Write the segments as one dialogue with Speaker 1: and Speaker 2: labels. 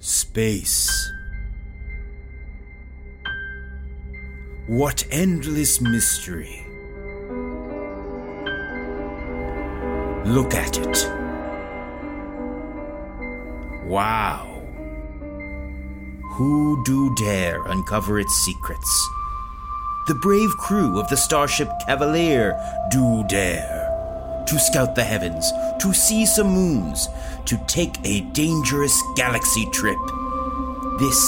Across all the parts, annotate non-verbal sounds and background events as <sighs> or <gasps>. Speaker 1: Space. What endless mystery. Look at it. Wow. Who do dare uncover its secrets? The brave crew of the starship Cavalier do dare to scout the heavens, to see some moons, to take a dangerous galaxy trip. This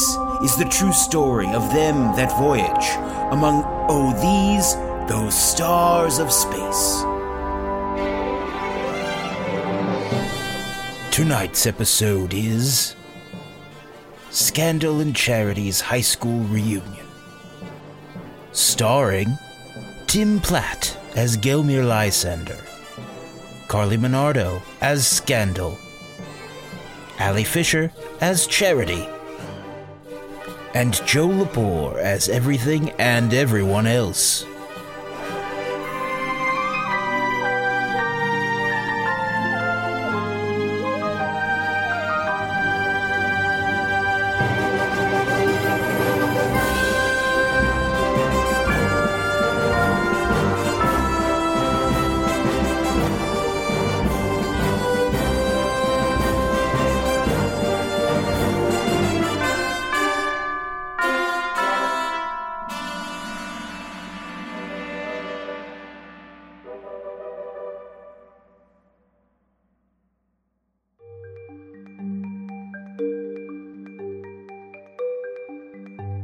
Speaker 1: is the true story of them that voyage among, oh, these, those stars of space. Tonight's episode is Scandal and Charity's High School Reunion. Starring Tim Platt as Gilmere Lysander, Carly Minardo as Scandal, Allie Fisher as Charity, and Joe Lepore as everything and everyone else.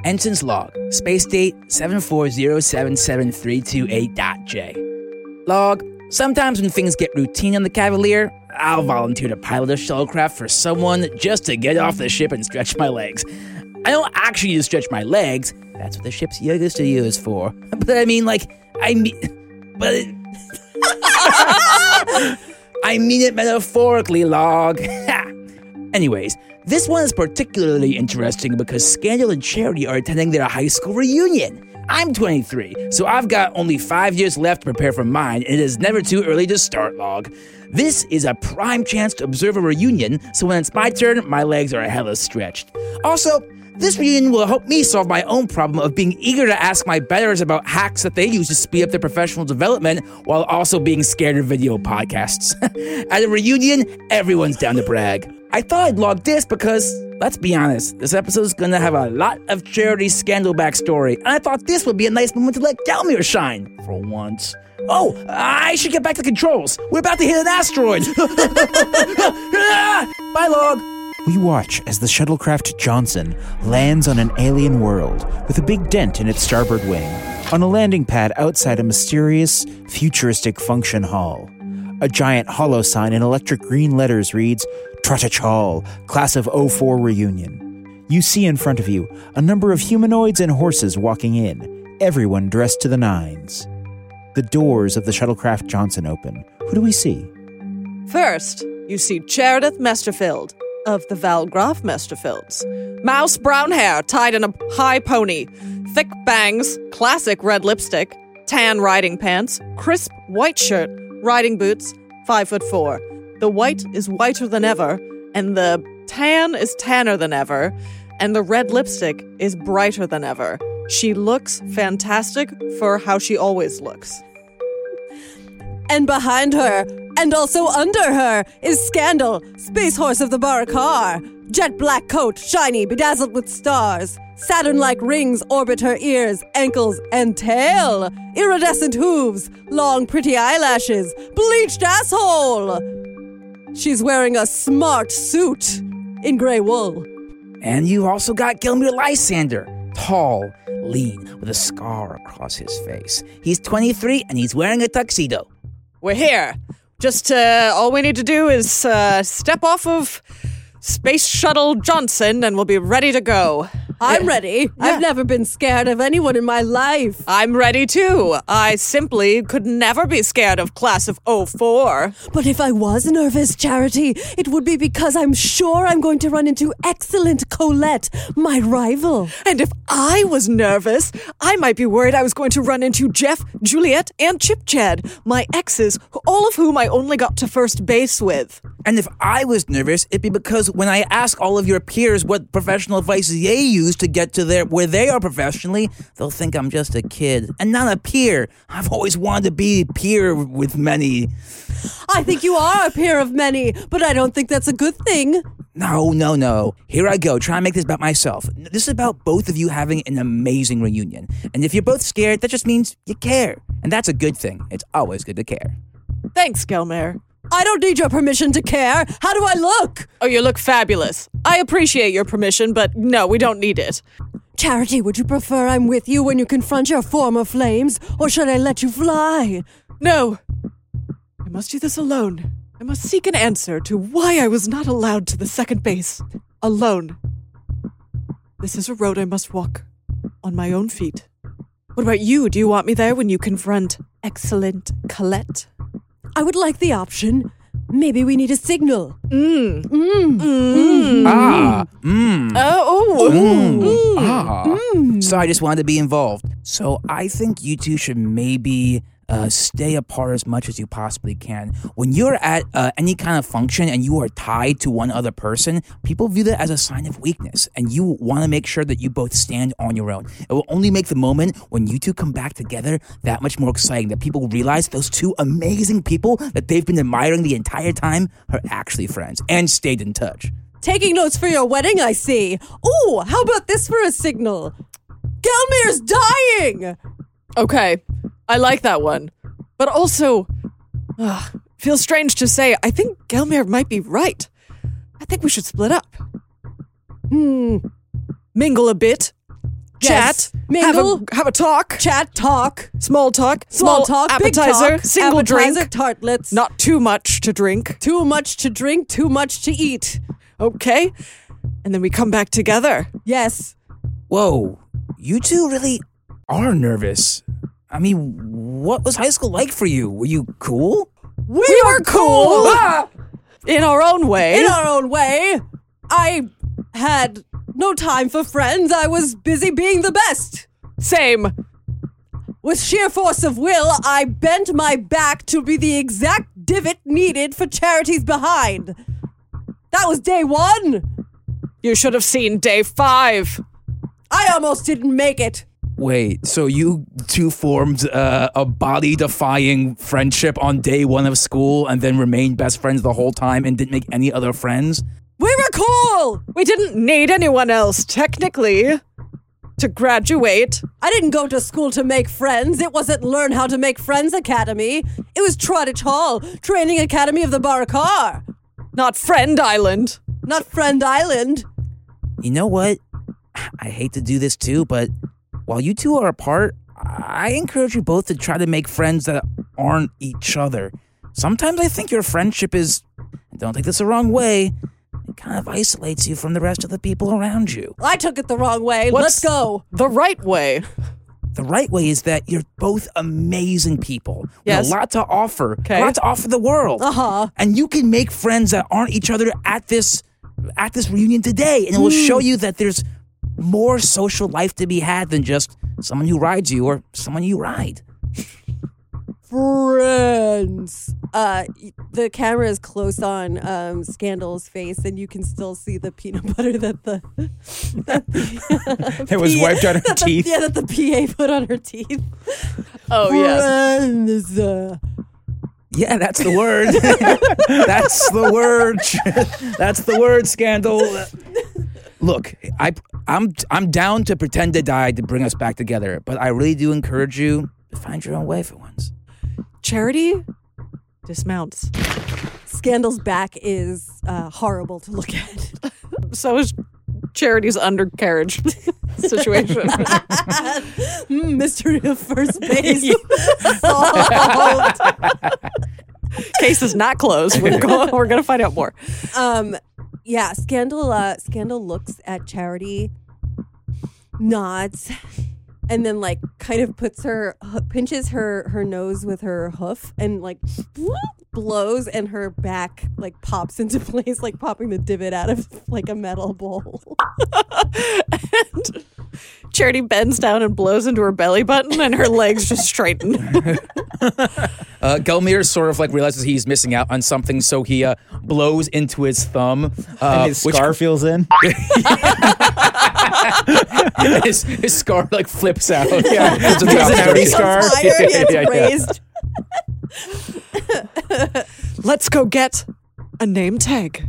Speaker 2: Ensign's log, space date 740777328.j. Log, sometimes when things get routine on the Cavalier, I'll volunteer to pilot a shuttlecraft for someone just to get off the ship and stretch my legs. I don't actually just stretch my legs, that's what the ship's yoga studio is for. <laughs> But I mean, like, I mean, <laughs> but. It, I mean it metaphorically, log. <laughs> Anyways, this one is particularly interesting because Scandal and Charity are attending their high school reunion. I'm 23, so I've got only five years left to prepare for mine, and it is never too early to start, log. This is a prime chance to observe a reunion, so when it's my turn, my legs are hella stretched. Also, this reunion will help me solve my own problem of being eager to ask my betters about hacks that they use to speed up their professional development while also being scared of video podcasts. <laughs> At a reunion, everyone's down to brag. I thought I'd log this because, let's be honest, this episode is gonna have a lot of charity scandal backstory, and I thought this would be a nice moment to let Galmir shine for once. Oh, I should get back to controls. We're about to hit an asteroid. <laughs> Bye, log.
Speaker 1: We watch as the shuttlecraft Johnson lands on an alien world with a big dent in its starboard wing, on a landing pad outside a mysterious, futuristic function hall. A giant hollow sign in electric green letters reads Trottich Hall, Class of 04 Reunion. You see in front of you a number of humanoids and horses walking in, everyone dressed to the nines. The doors of the shuttlecraft Johnson open. Who do we see?
Speaker 3: First, you see Cheridith Mesterfield of the Valgraf Mesterfields. Mouse brown hair tied in a high pony, thick bangs, classic red lipstick, tan riding pants, crisp white shirt, riding boots, five foot four. The white is whiter than ever, and the tan is tanner than ever, and the red lipstick is brighter than ever. She looks fantastic for how she always looks.
Speaker 4: And behind her, and also under her, is Scandal, space horse of the Barakar. Jet black coat, shiny, bedazzled with stars. Saturn like rings orbit her ears, ankles, and tail. Iridescent hooves, long, pretty eyelashes, bleached asshole. She's wearing a smart suit in gray wool.
Speaker 2: And you also got Gilmere Lysander, tall, lean, with a scar across his face. He's 23 and he's wearing a tuxedo.
Speaker 3: We're here. Just uh, all we need to do is uh, step off of Space Shuttle Johnson and we'll be ready to go.
Speaker 4: I'm ready. I've never been scared of anyone in my life.
Speaker 3: I'm ready too. I simply could never be scared of class of 04.
Speaker 4: But if I was nervous, Charity, it would be because I'm sure I'm going to run into excellent Colette, my rival.
Speaker 3: And if I was nervous, I might be worried I was going to run into Jeff, Juliet, and Chip Chad, my exes, all of whom I only got to first base with.
Speaker 2: And if I was nervous, it'd be because when I ask all of your peers what professional advice they use to get to their where they are professionally, they'll think I'm just a kid and not a peer. I've always wanted to be a peer with many.
Speaker 4: I think you are a peer of many, but I don't think that's a good thing.
Speaker 2: No, no, no. Here I go. Try and make this about myself. N- This is about both of you having an amazing reunion. And if you're both scared, that just means you care. And that's a good thing. It's always good to care.
Speaker 3: Thanks, Gelmare.
Speaker 4: I don't need your permission to care. How do I look?
Speaker 3: Oh, you look fabulous. I appreciate your permission, but no, we don't need it.
Speaker 4: Charity, would you prefer I'm with you when you confront your former flames, or should I let you fly?
Speaker 3: No. I must do this alone. I must seek an answer to why I was not allowed to the second base. Alone. This is a road I must walk on my own feet. What about you? Do you want me there when you confront excellent Colette?
Speaker 4: I would like the option. Maybe we need a signal.
Speaker 2: Ah,
Speaker 3: Oh,
Speaker 2: ah. So I just wanted to be involved. So I think you two should maybe uh, stay apart as much as you possibly can. When you're at uh, any kind of function and you are tied to one other person, people view that as a sign of weakness, and you want to make sure that you both stand on your own. It will only make the moment when you two come back together that much more exciting. That people realize those two amazing people that they've been admiring the entire time are actually friends and stayed in touch.
Speaker 4: Taking notes for your wedding, I see. Ooh, how about this for a signal? Gelmir's dying!
Speaker 3: Okay, I like that one. But also, ugh, feels strange to say, I think Gelmir might be right. I think we should split up. Hmm. Mingle a bit. Chat.
Speaker 4: Yes. Mingle.
Speaker 3: Have a, have a talk.
Speaker 4: Chat talk.
Speaker 3: Small talk.
Speaker 4: Small talk, big
Speaker 3: Appetizer.
Speaker 4: talk,
Speaker 3: single
Speaker 4: appetizer,
Speaker 3: drink.
Speaker 4: tartlets.
Speaker 3: Not too much to drink.
Speaker 4: too much to drink, too much to eat.
Speaker 3: Okay. And then we come back together.
Speaker 4: Yes.
Speaker 2: Whoa, you two really are nervous. I mean, what was high school like for you? Were you cool?
Speaker 3: We, were
Speaker 4: <laughs>
Speaker 3: cool.
Speaker 4: Ah!
Speaker 3: In our own way.
Speaker 4: In our own way, I had no time for friends. I was busy being the best.
Speaker 3: Same.
Speaker 4: With sheer force of will, I bent my back to be the exact divot needed for charities behind. That was day one.
Speaker 3: You should have seen day five.
Speaker 4: I almost didn't make it.
Speaker 2: Wait, so you two formed uh, a body defying friendship on day one of school and then remained best friends the whole time and didn't make any other friends?
Speaker 4: We were cool.
Speaker 3: We didn't need anyone else, technically, to graduate.
Speaker 4: I didn't go to school to make friends. It wasn't Learn How to Make Friends Academy. It was Trottage Hall, Training Academy of the Barakar,
Speaker 3: Not Friend Island.
Speaker 4: not Friend Island.
Speaker 2: You know what? I hate to do this too, but while you two are apart, I encourage you both to try to make friends that aren't each other. Sometimes I think your friendship is, don't take this the wrong way, it kind of isolates you from the rest of the people around you.
Speaker 4: I took it the wrong way. Let's
Speaker 3: What's-
Speaker 4: go.
Speaker 3: The right way.
Speaker 2: The right way is that you're both amazing people. with a
Speaker 3: Yes.
Speaker 2: lot to offer.
Speaker 3: Okay.
Speaker 2: A lot to offer the world.
Speaker 4: Uh-huh.
Speaker 2: And you can make friends that aren't each other at this at this reunion today. And it will show
Speaker 1: Mm.
Speaker 2: you that there's more social life to be had than just someone who rides you or someone you ride.
Speaker 4: Friends. Uh, y- the camera is close on um, Scandal's face, and you can still see the peanut <laughs> butter that the
Speaker 1: It was wiped out her
Speaker 4: that the- yeah, that the PA put on her teeth.
Speaker 3: Oh,
Speaker 4: Friends. Uh,
Speaker 2: Yeah, that's the word. <laughs> that's the word. <laughs> that's the word scandal. Look, I I'm I'm down to pretend to die to bring us back together, but I really do encourage you to find your own way for once.
Speaker 3: Charity dismounts.
Speaker 4: Scandal's back is uh, horrible to look at. <laughs>
Speaker 3: So is Charity's undercarriage <laughs> situation.
Speaker 4: Mm, <laughs> mystery of first base <laughs> solved.
Speaker 3: Case is not closed. We're going, we're going to find out more.
Speaker 4: Um, yeah, Scandal. Uh, Scandal looks at Charity, nods, and then like kind of puts her h- pinches her her nose with her hoof and like <laughs> blows, and her back like pops into <laughs> place, like popping the divot out of like a metal bowl. <laughs>
Speaker 3: and Charity bends down and blows into her belly button, and her legs just straighten.
Speaker 2: Uh, Gelmir sort of like realizes he's missing out on something, so he uh, blows into his thumb, uh,
Speaker 1: His scar feels in.
Speaker 2: which <laughs> his, his scar like flips out.
Speaker 1: Yeah.
Speaker 2: <laughs> It's a
Speaker 1: Makes a
Speaker 2: doctor.
Speaker 1: howdy scar.
Speaker 4: It's wider, yeah,
Speaker 2: <laughs>
Speaker 4: it's
Speaker 2: Yeah, yeah, yeah.
Speaker 4: raised.
Speaker 3: Let's go get a name tag.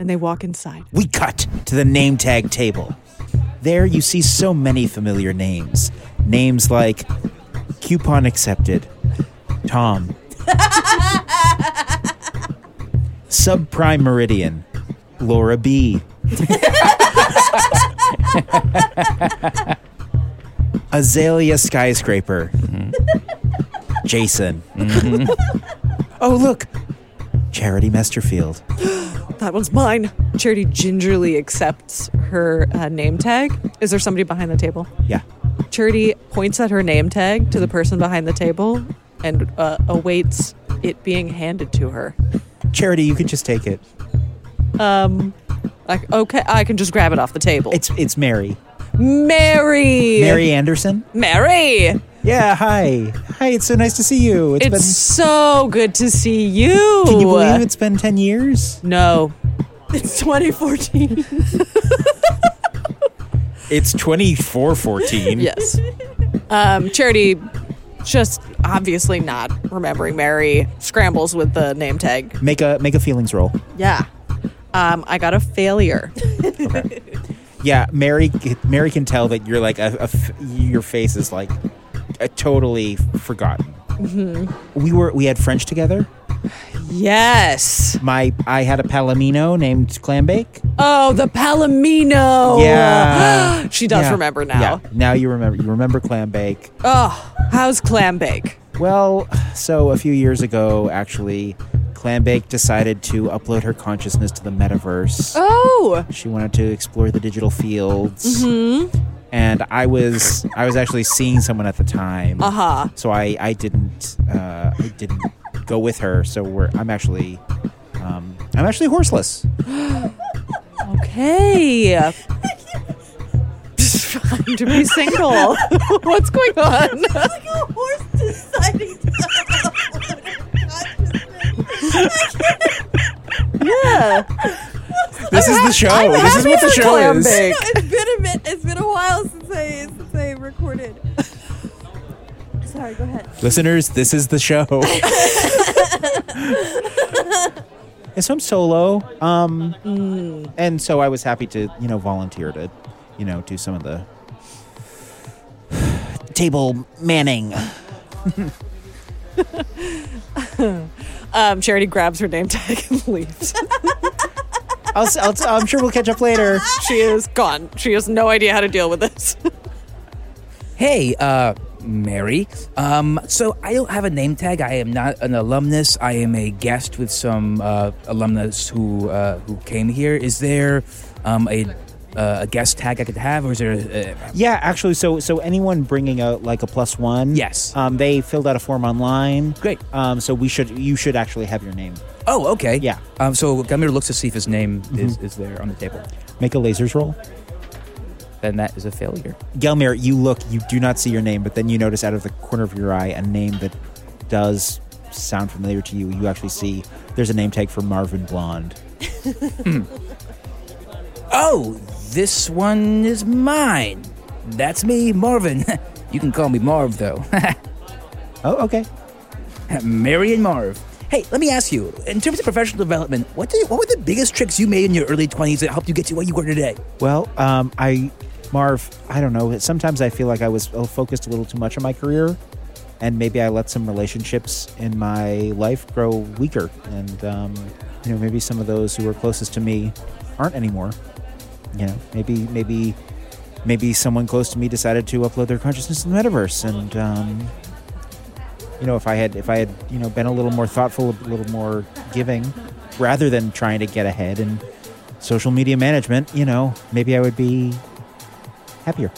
Speaker 3: And they walk inside.
Speaker 1: We cut to the name tag table. There you see so many familiar names. Names like Coupon Accepted, Tom, Subprime Meridian, Laura B, Azalea Skyscraper, Jason. oh, look! Charity Mesterfield.
Speaker 3: That one's mine. Charity gingerly accepts her uh, name tag. Is there somebody behind the table?
Speaker 1: Yeah.
Speaker 3: Charity points at her name tag to the person behind the table and uh, awaits it being handed to her.
Speaker 1: Charity, you can just take it.
Speaker 3: Um, like, okay, I can just grab it off the table.
Speaker 1: It's it's Mary. <laughs>
Speaker 3: Mary.
Speaker 1: Mary Anderson.
Speaker 3: Mary.
Speaker 1: Yeah. Hi. Hi. It's so nice to see you.
Speaker 3: It's so good to see you.
Speaker 1: been. Can you believe it's been ten years?
Speaker 3: No.
Speaker 4: It's <laughs> 2014.
Speaker 1: It's twenty four fourteen.
Speaker 3: Yes. Um, Charity, just obviously not remembering Mary, scrambles with the name tag.
Speaker 1: Make a make a feelings roll.
Speaker 3: Yeah. Um, I got a failure.
Speaker 1: Yeah. Mary. Mary can tell that you're like a, a f- your face is like a totally forgotten. We were we had French together.
Speaker 3: Yes.
Speaker 1: My I had a palomino named Clambake.
Speaker 3: Oh, the Palomino.
Speaker 1: Yeah.
Speaker 3: <gasps> she does
Speaker 1: Yeah.
Speaker 3: remember now.
Speaker 1: Yeah. Now you remember. You remember Clambake.
Speaker 3: Oh, how's clam bake?
Speaker 1: Well, so a few years ago, actually, Clambake decided to upload her consciousness to the metaverse.
Speaker 3: Oh,
Speaker 1: She wanted to explore the digital fields.
Speaker 3: Mm-hmm.
Speaker 1: And I was I was actually seeing someone at the time. Uh
Speaker 3: Uh-huh.
Speaker 1: So I I didn't uh, I didn't go with her. So we're I'm actually um, I'm actually horseless.
Speaker 3: okay. <laughs> I'm to be single. <laughs> What's going <laughs> on?
Speaker 4: like a horse deciding to upload a consciousness.
Speaker 1: This is the show. this is what the show
Speaker 3: clam
Speaker 1: is.
Speaker 3: bake.
Speaker 4: It's been a bit. It's been a while since I since I <laughs> recorded. Sorry, go ahead.
Speaker 1: Listeners, this is the show. Yeah, so I'm solo, um, and so I was happy to, you know, volunteer to, you know, do some of the table manning.
Speaker 3: Um, Charity grabs her name tag and <laughs> leaves.
Speaker 1: I'll, s- I'll, am sure we'll catch up later.
Speaker 3: she is gone. She has no idea how to deal with this.
Speaker 2: Hey, uh, Mary. Um, so I don't have a name tag. I am not an alumnus. I am a guest with some uh, alumnus who uh, who came here. Is there um, a uh, a guest tag I could have, or is there? A, a,
Speaker 1: Yeah, actually, so so anyone bringing out like a plus one,
Speaker 2: Yes.
Speaker 1: um, they filled out a form online.
Speaker 2: Great.
Speaker 1: Um, so we should you should actually have your name.
Speaker 2: oh, okay.
Speaker 1: Yeah.
Speaker 2: Um, so Gamir looks to see if his name is, is there on the table.
Speaker 1: Make a lasers roll.
Speaker 2: Then that is a failure.
Speaker 1: Gelmir, you look, you do not see your name, but then you notice out of the corner of your eye a name that does sound familiar to you. You actually see there's a name tag for Marvin Blonde.
Speaker 2: Oh, this one is mine. That's me, Marvin. <laughs> you can call me Marv though. <laughs>
Speaker 1: Oh, okay.
Speaker 2: Mary and Marv. Hey, let me ask you, in terms of professional development, what, did, what were the biggest tricks you made in your early 20s that helped you get to where you are today?
Speaker 1: Well, um, I, Marv, I don't know. Sometimes I feel like I was uh, focused a little too much on my career, and maybe I let some relationships in my life grow weaker. And, um, you know, maybe some of those who were closest to me aren't anymore. You know, maybe, maybe, maybe someone close to me decided to upload their consciousness to the metaverse. And, um, you know, if I had, if I had, you know, been a little more thoughtful, a little more giving, rather than trying to get ahead and social media management, you know, maybe I would be
Speaker 5: happier.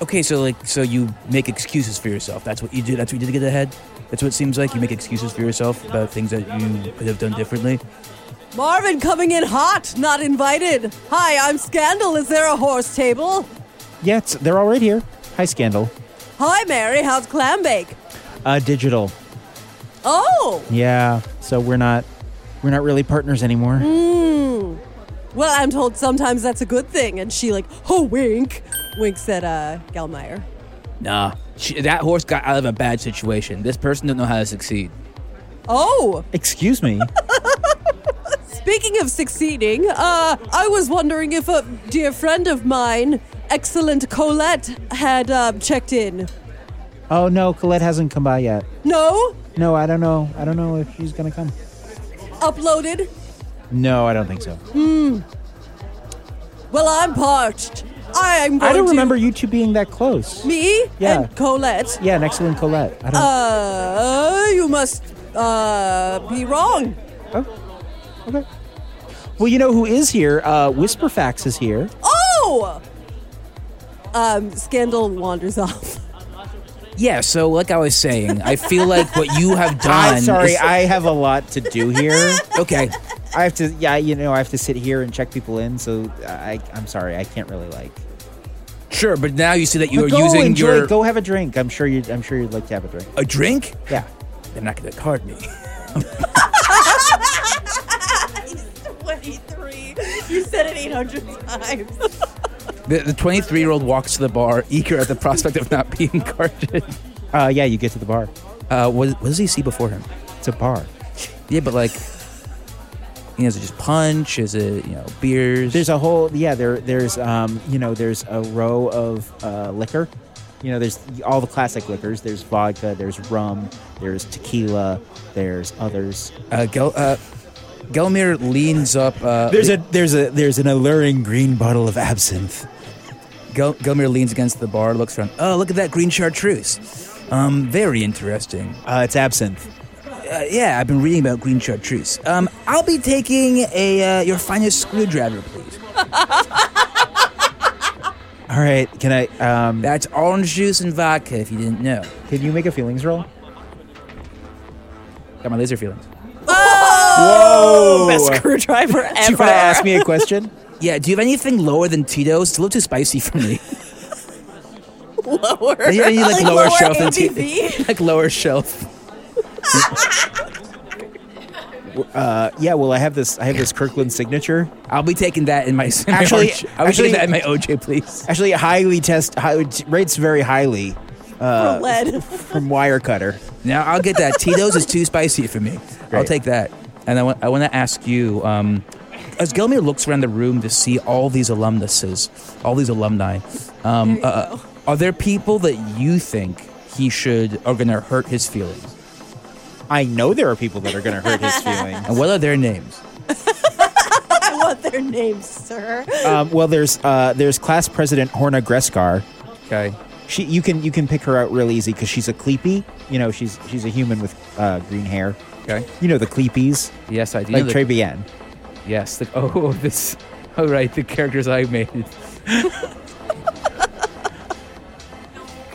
Speaker 2: Okay, so like, so you make excuses for yourself. That's what you do. That's what you did to get ahead. That's what it seems like. You make excuses for yourself about things that you could have done differently.
Speaker 4: Marvin coming in hot, not invited. Hi, I'm Scandal. Is there a horse table?
Speaker 5: Yeah, it's, they're all right here. Hi, Scandal.
Speaker 4: Hi, Mary. How's clam bake?
Speaker 5: Uh, digital.
Speaker 4: Oh,
Speaker 5: Yeah, so we're not we're not really partners anymore.
Speaker 4: well, I'm told sometimes that's a good thing. And she like, oh, wink, winks at uh, Gelmeyer.
Speaker 2: Nah, she, that horse got out of a bad situation. This person don't know how to succeed.
Speaker 4: Oh,
Speaker 5: Excuse <laughs> me.
Speaker 4: Speaking of succeeding, uh, I was wondering if a dear friend of mine, excellent Colette, had uh, checked in.
Speaker 5: oh no, Colette hasn't come by yet.
Speaker 4: No?
Speaker 5: No, I don't know. I don't know if she's gonna come.
Speaker 4: Uploaded?
Speaker 5: No, I don't think so.
Speaker 4: Well, I'm parched. I am going
Speaker 5: I don't
Speaker 4: to-
Speaker 5: remember you two being that close.
Speaker 4: Me
Speaker 5: Yeah.
Speaker 4: and Colette.
Speaker 5: Yeah, next to Colette. I don't.
Speaker 4: Uh, you must uh, be wrong.
Speaker 5: okay. Well, you know who is here? Uh, Whisperfax is here.
Speaker 4: Oh! Um, Scandal wanders off.
Speaker 2: Yeah, so like I was saying, I feel like what you <laughs> have done.
Speaker 5: I'm sorry,
Speaker 2: is-
Speaker 5: I have a lot to do <laughs> here.
Speaker 2: okay,
Speaker 5: I have to, yeah, you know, I have to sit here and check people in. So I, I'm sorry, I can't really like.
Speaker 2: sure, but now you see that you
Speaker 5: But
Speaker 2: are
Speaker 5: go
Speaker 2: using
Speaker 5: enjoy,
Speaker 2: your
Speaker 5: go have a drink. I'm sure you, I'm sure you'd like to have a drink.
Speaker 2: a drink. <laughs>
Speaker 5: Yeah.
Speaker 2: They're not gonna card me.
Speaker 4: 23. You said it 800 times.
Speaker 2: The, the 23 year old walks to the bar, <laughs> eager at the prospect of not being carded.
Speaker 5: Uh, yeah, you get to the bar.
Speaker 2: Uh, what, what does he see before him?
Speaker 5: It's a bar.
Speaker 2: Yeah, but like, you know, is it just punch? Is it you know beers?
Speaker 5: There's a whole, yeah. There, there's, um, you know, there's a row of uh, liquor. You know, there's all the classic liquors. There's vodka. There's rum. There's tequila. There's others.
Speaker 2: uh, Gel, uh, Gelmir leans up. Uh,
Speaker 1: There's a there's a there's an alluring green bottle of absinthe.
Speaker 2: Gel- Gelmir leans against the bar, looks around. Oh, look at that green chartreuse. Um, very interesting.
Speaker 1: Uh, it's absinthe.
Speaker 2: Uh, yeah, I've been reading about green chartreuse. Um, I'll be taking a uh, your finest screwdriver, please.
Speaker 5: All right. Can I? Um,
Speaker 2: That's orange juice and vodka. If you didn't know,
Speaker 5: can you make a feelings roll?
Speaker 2: got my laser feelings.
Speaker 3: Oh. <laughs>
Speaker 5: Whoa!
Speaker 1: <laughs>
Speaker 3: Best screwdriver
Speaker 5: Do you
Speaker 3: ever.
Speaker 5: want to ask me a question?
Speaker 2: Yeah, do you have anything lower than Tito's? It's a little too spicy for me.
Speaker 3: lower.
Speaker 2: I need, I need, like, lower, shelf than
Speaker 3: ABV?
Speaker 2: Tito. <laughs> Like lower shelf.
Speaker 5: Uh, yeah. Well, I have this. I have this Kirkland signature.
Speaker 2: I'll be taking that in my <laughs> my
Speaker 5: Actually-
Speaker 2: OJ. I'll be taking
Speaker 5: actually-
Speaker 2: that in my OJ, please.
Speaker 5: Actually, highly test. High, rates very highly
Speaker 4: For <laughs> lead.
Speaker 5: from Wirecutter.
Speaker 2: Now I'll get that. Tito's is too spicy for me. I'll
Speaker 5: Great.
Speaker 2: take that. And I want I want to ask you, um, as Gelmir looks around the room to see all these alumnuses, all these alumni, um, uh, are there people that you think he should are going to hurt his feelings?
Speaker 5: I know there are people that are going to hurt his feelings.
Speaker 2: <laughs> And what are their names?
Speaker 4: I want their names, sir.
Speaker 5: um, well, there's uh, there's class president Horna Greskar.
Speaker 2: Okay.
Speaker 5: She you can you can pick her out real easy because she's a Cleepy. You know, she's she's a human with uh, green hair.
Speaker 2: Okay.
Speaker 5: You know the Cleepies,
Speaker 2: Yes, I do.
Speaker 5: like Trebian.
Speaker 2: yes. The, <laughs> oh, this. Oh, right. The characters I made. <laughs>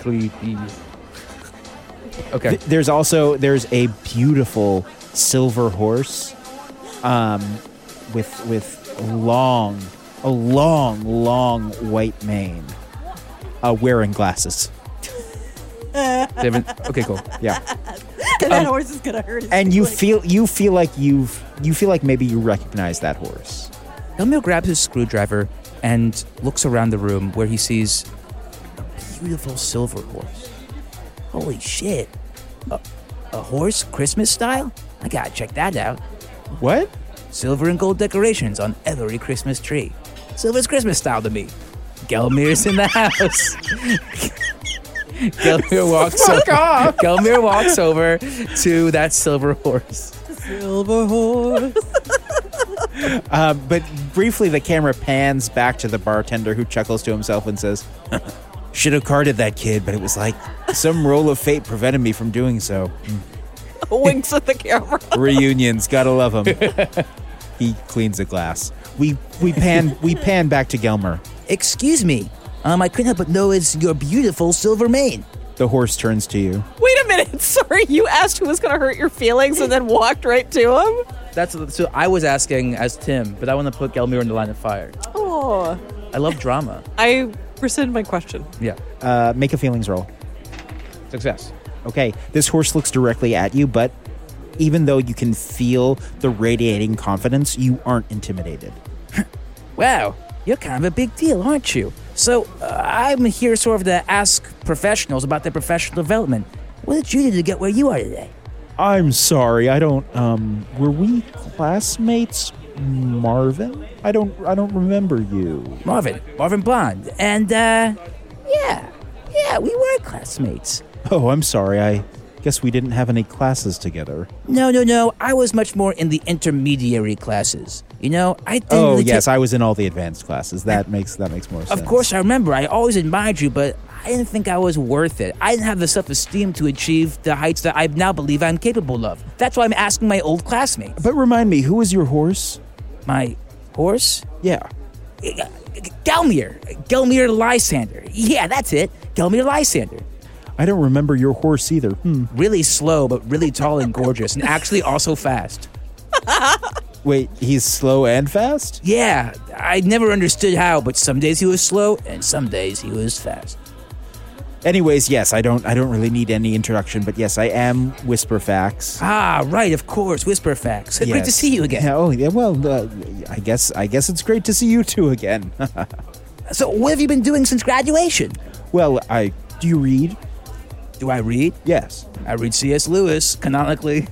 Speaker 2: Creepy. Okay. <laughs>
Speaker 5: Th- there's also there's a beautiful silver horse, um, with with long, a long, long white mane, uh, wearing glasses.
Speaker 2: Devin- okay, cool.
Speaker 5: Yeah,
Speaker 4: <laughs>
Speaker 5: Um,
Speaker 4: that horse is gonna hurt. his
Speaker 5: and you
Speaker 4: feelings.
Speaker 5: feel you feel like you've you feel like maybe you recognize that horse.
Speaker 2: Elmio grabs his screwdriver and looks around the room where he sees a beautiful silver horse. Holy shit. A, a horse Christmas style? I gotta check that out.
Speaker 5: What?
Speaker 2: Silver and gold decorations on every Christmas tree. Silver's Christmas style to me. Gelmir's in the house. <laughs> Gelmir walks over. Gelmir walks over to that silver horse.
Speaker 4: silver horse.
Speaker 5: Um, but briefly, the camera pans back to the bartender who chuckles to himself and says, <laughs>
Speaker 1: Should have carded that kid, but it was like
Speaker 5: "Some roll of fate prevented me from doing so."
Speaker 3: <laughs> Winks at the camera. <laughs>
Speaker 5: Reunions, gotta love him. he cleans a glass. We we pan we pan back to Gelmer.
Speaker 2: Excuse me, Um, I couldn't help but notice your beautiful silver mane.
Speaker 5: The horse turns to you.
Speaker 3: Wait a minute. Sorry, you asked who was going to hurt your feelings and then walked right to him.
Speaker 2: That's so. I was asking as Tim, but I want to put Gelmir in the line of fire.
Speaker 3: Oh,
Speaker 2: I love drama.
Speaker 3: I rescind my question.
Speaker 2: yeah,
Speaker 5: Uh, make a feelings roll.
Speaker 2: success.
Speaker 5: Okay, this horse looks directly at you, but even though you can feel the radiating confidence, you aren't intimidated.
Speaker 2: Wow, you're kind of a big deal, aren't you? So uh, I'm here sort of to ask professionals about their professional development. What did you do to get where you are today?
Speaker 5: I'm sorry, I don't. Um, were we classmates, Marvin? I don't. I don't remember you.
Speaker 2: Marvin, Marvin Bond, and uh, yeah, yeah, we were classmates.
Speaker 5: Oh, I'm sorry. I guess we didn't have any classes together.
Speaker 2: No, no, no. I was much more in the intermediary classes. You know, I didn't.
Speaker 5: Oh
Speaker 2: really
Speaker 5: yes,
Speaker 2: take-
Speaker 5: I was in all the advanced classes. That makes that makes more sense.
Speaker 2: of course, I remember. I always admired you, but I didn't think I was worth it. I didn't have the self-esteem to achieve the heights that I now believe I'm capable of. That's why I'm asking my old classmates.
Speaker 5: But remind me, who was your horse?
Speaker 2: My horse,
Speaker 5: Yeah.
Speaker 2: Gelmir, Gelmir Lysander. Yeah, that's it, Gelmir Lysander.
Speaker 5: I don't remember your horse either. Hmm.
Speaker 2: Really slow, but really tall and gorgeous, and actually also fast.
Speaker 5: Wait, he's slow and fast?
Speaker 2: Yeah, I never understood how, but some days he was slow and some days he was fast.
Speaker 5: Anyways, yes, I don't I don't really need any introduction, but yes, I am Whisper Facts.
Speaker 2: Ah, right, of course, Whisper Facts. Great to
Speaker 5: Yes.
Speaker 2: see you again.
Speaker 5: Yeah, oh, yeah, well, uh, I guess I guess it's great to see you two again. <laughs>
Speaker 2: So, what have you been doing since graduation?
Speaker 5: well, I do you read?
Speaker 2: Do I read?
Speaker 5: Yes.
Speaker 2: I read C.S. Lewis canonically,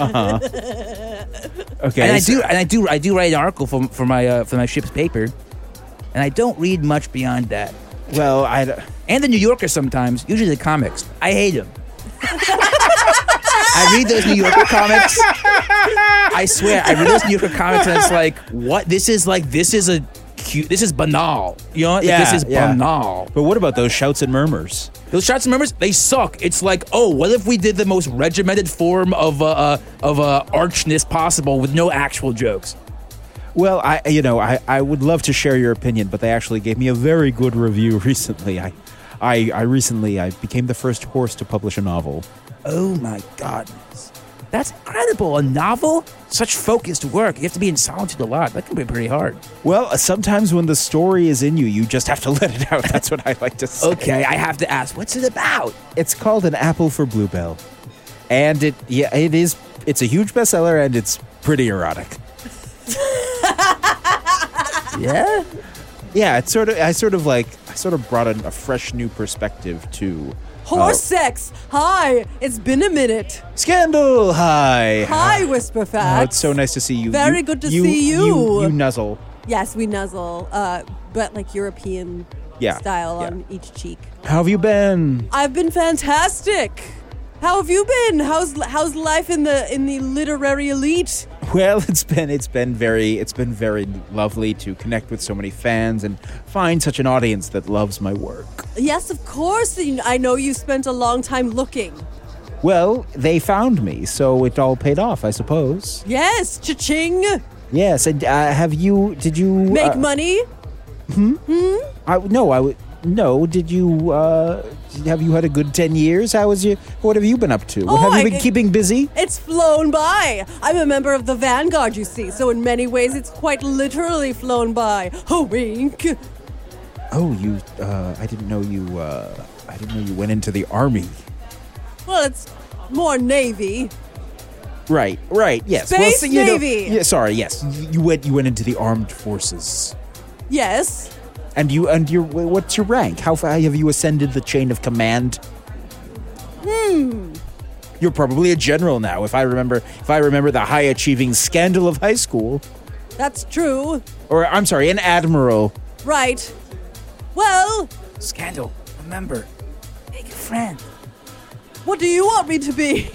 Speaker 5: Okay.
Speaker 2: and I
Speaker 5: so-
Speaker 2: do, and I do, I do write an article for, for my uh, for my ship's paper, and I don't read much beyond that.
Speaker 5: Well, I d-
Speaker 2: And the New Yorker sometimes, usually the comics. I hate them. I read those New Yorker comics. I swear, I read those New Yorker comics, and it's like, what? This is like, this is a cute. This is banal. You know, Like,
Speaker 5: Yeah,
Speaker 2: this is
Speaker 5: yeah.
Speaker 2: banal.
Speaker 5: But what about those shouts and murmurs?
Speaker 2: Those shots and murmurs, they suck. It's like, oh, what if we did the most regimented form of uh, uh, of uh, archness possible with no actual jokes?
Speaker 5: Well, I you know I, I would love to share your opinion, but they actually gave me a very good review <laughs> recently. I, I I recently I became the first horse to publish a novel.
Speaker 2: Oh my goodness, that's incredible! A novel, such focused work. You have to be in solitude a lot. That can be pretty hard.
Speaker 5: Well, uh, sometimes when the story is in you, you just have to <laughs> let it out. That's what I like to say.
Speaker 2: Okay, I have to ask, what's it about?
Speaker 5: It's called an apple for bluebell, and it yeah it is it's a huge bestseller and it's pretty erotic.
Speaker 2: Yeah.
Speaker 5: Yeah, it's sort of I sort of like I sort of brought in a fresh new perspective to
Speaker 4: Horse
Speaker 5: Oh.
Speaker 4: sex. Hi, it's been a minute.
Speaker 5: uh, scandal. Hi.
Speaker 4: Hi, Whisper Facts.
Speaker 5: Oh, it's so nice to see you.
Speaker 4: Very
Speaker 5: You-
Speaker 4: good to
Speaker 5: you-
Speaker 4: see
Speaker 5: You,
Speaker 4: you.
Speaker 5: you nuzzle.
Speaker 4: Yes, we nuzzle, uh, but like European
Speaker 5: Yeah,
Speaker 4: style
Speaker 5: yeah.
Speaker 4: on each cheek.
Speaker 5: How have you been?
Speaker 4: I've been fantastic. How have you been? How's how's life in the in the literary elite?
Speaker 5: Well, <laughs> it's been it's been very it's been very lovely to connect with so many fans and find such an audience that loves my work.
Speaker 4: Yes, of course. you- I know you spent a long time looking.
Speaker 5: Well, they found me, so it all paid off, I suppose.
Speaker 4: Yes, cha-ching.
Speaker 5: Yes, and uh, have you? Did you
Speaker 4: Make
Speaker 5: uh,
Speaker 4: money.
Speaker 5: I no, I would no. Did you? Uh, have you had a good ten years? How was you? What have you been up to? What
Speaker 4: Oh,
Speaker 5: have
Speaker 4: I
Speaker 5: you been
Speaker 4: get-
Speaker 5: keeping busy?
Speaker 4: It's flown by. I'm a member of the Vanguard, you see, so in many ways it's quite literally flown by. Ho wink.
Speaker 5: Oh, you. Uh, I didn't know you. Uh, I didn't know you went into the army.
Speaker 4: Well, it's more navy.
Speaker 5: Right, right, yes.
Speaker 4: Space
Speaker 5: so, you know-
Speaker 4: Navy.
Speaker 5: yeah, sorry, yes. You you went you went into the armed forces.
Speaker 4: Yes.
Speaker 5: And you and your what's your rank? How far have you ascended the chain of command? Hmm. You're probably a general now if I remember if I remember the high achieving scandal of high school
Speaker 4: That's true.
Speaker 5: or I'm sorry, an admiral.
Speaker 4: Right. Well,
Speaker 2: Scandal, remember, make a friend.
Speaker 4: what do you want me to be?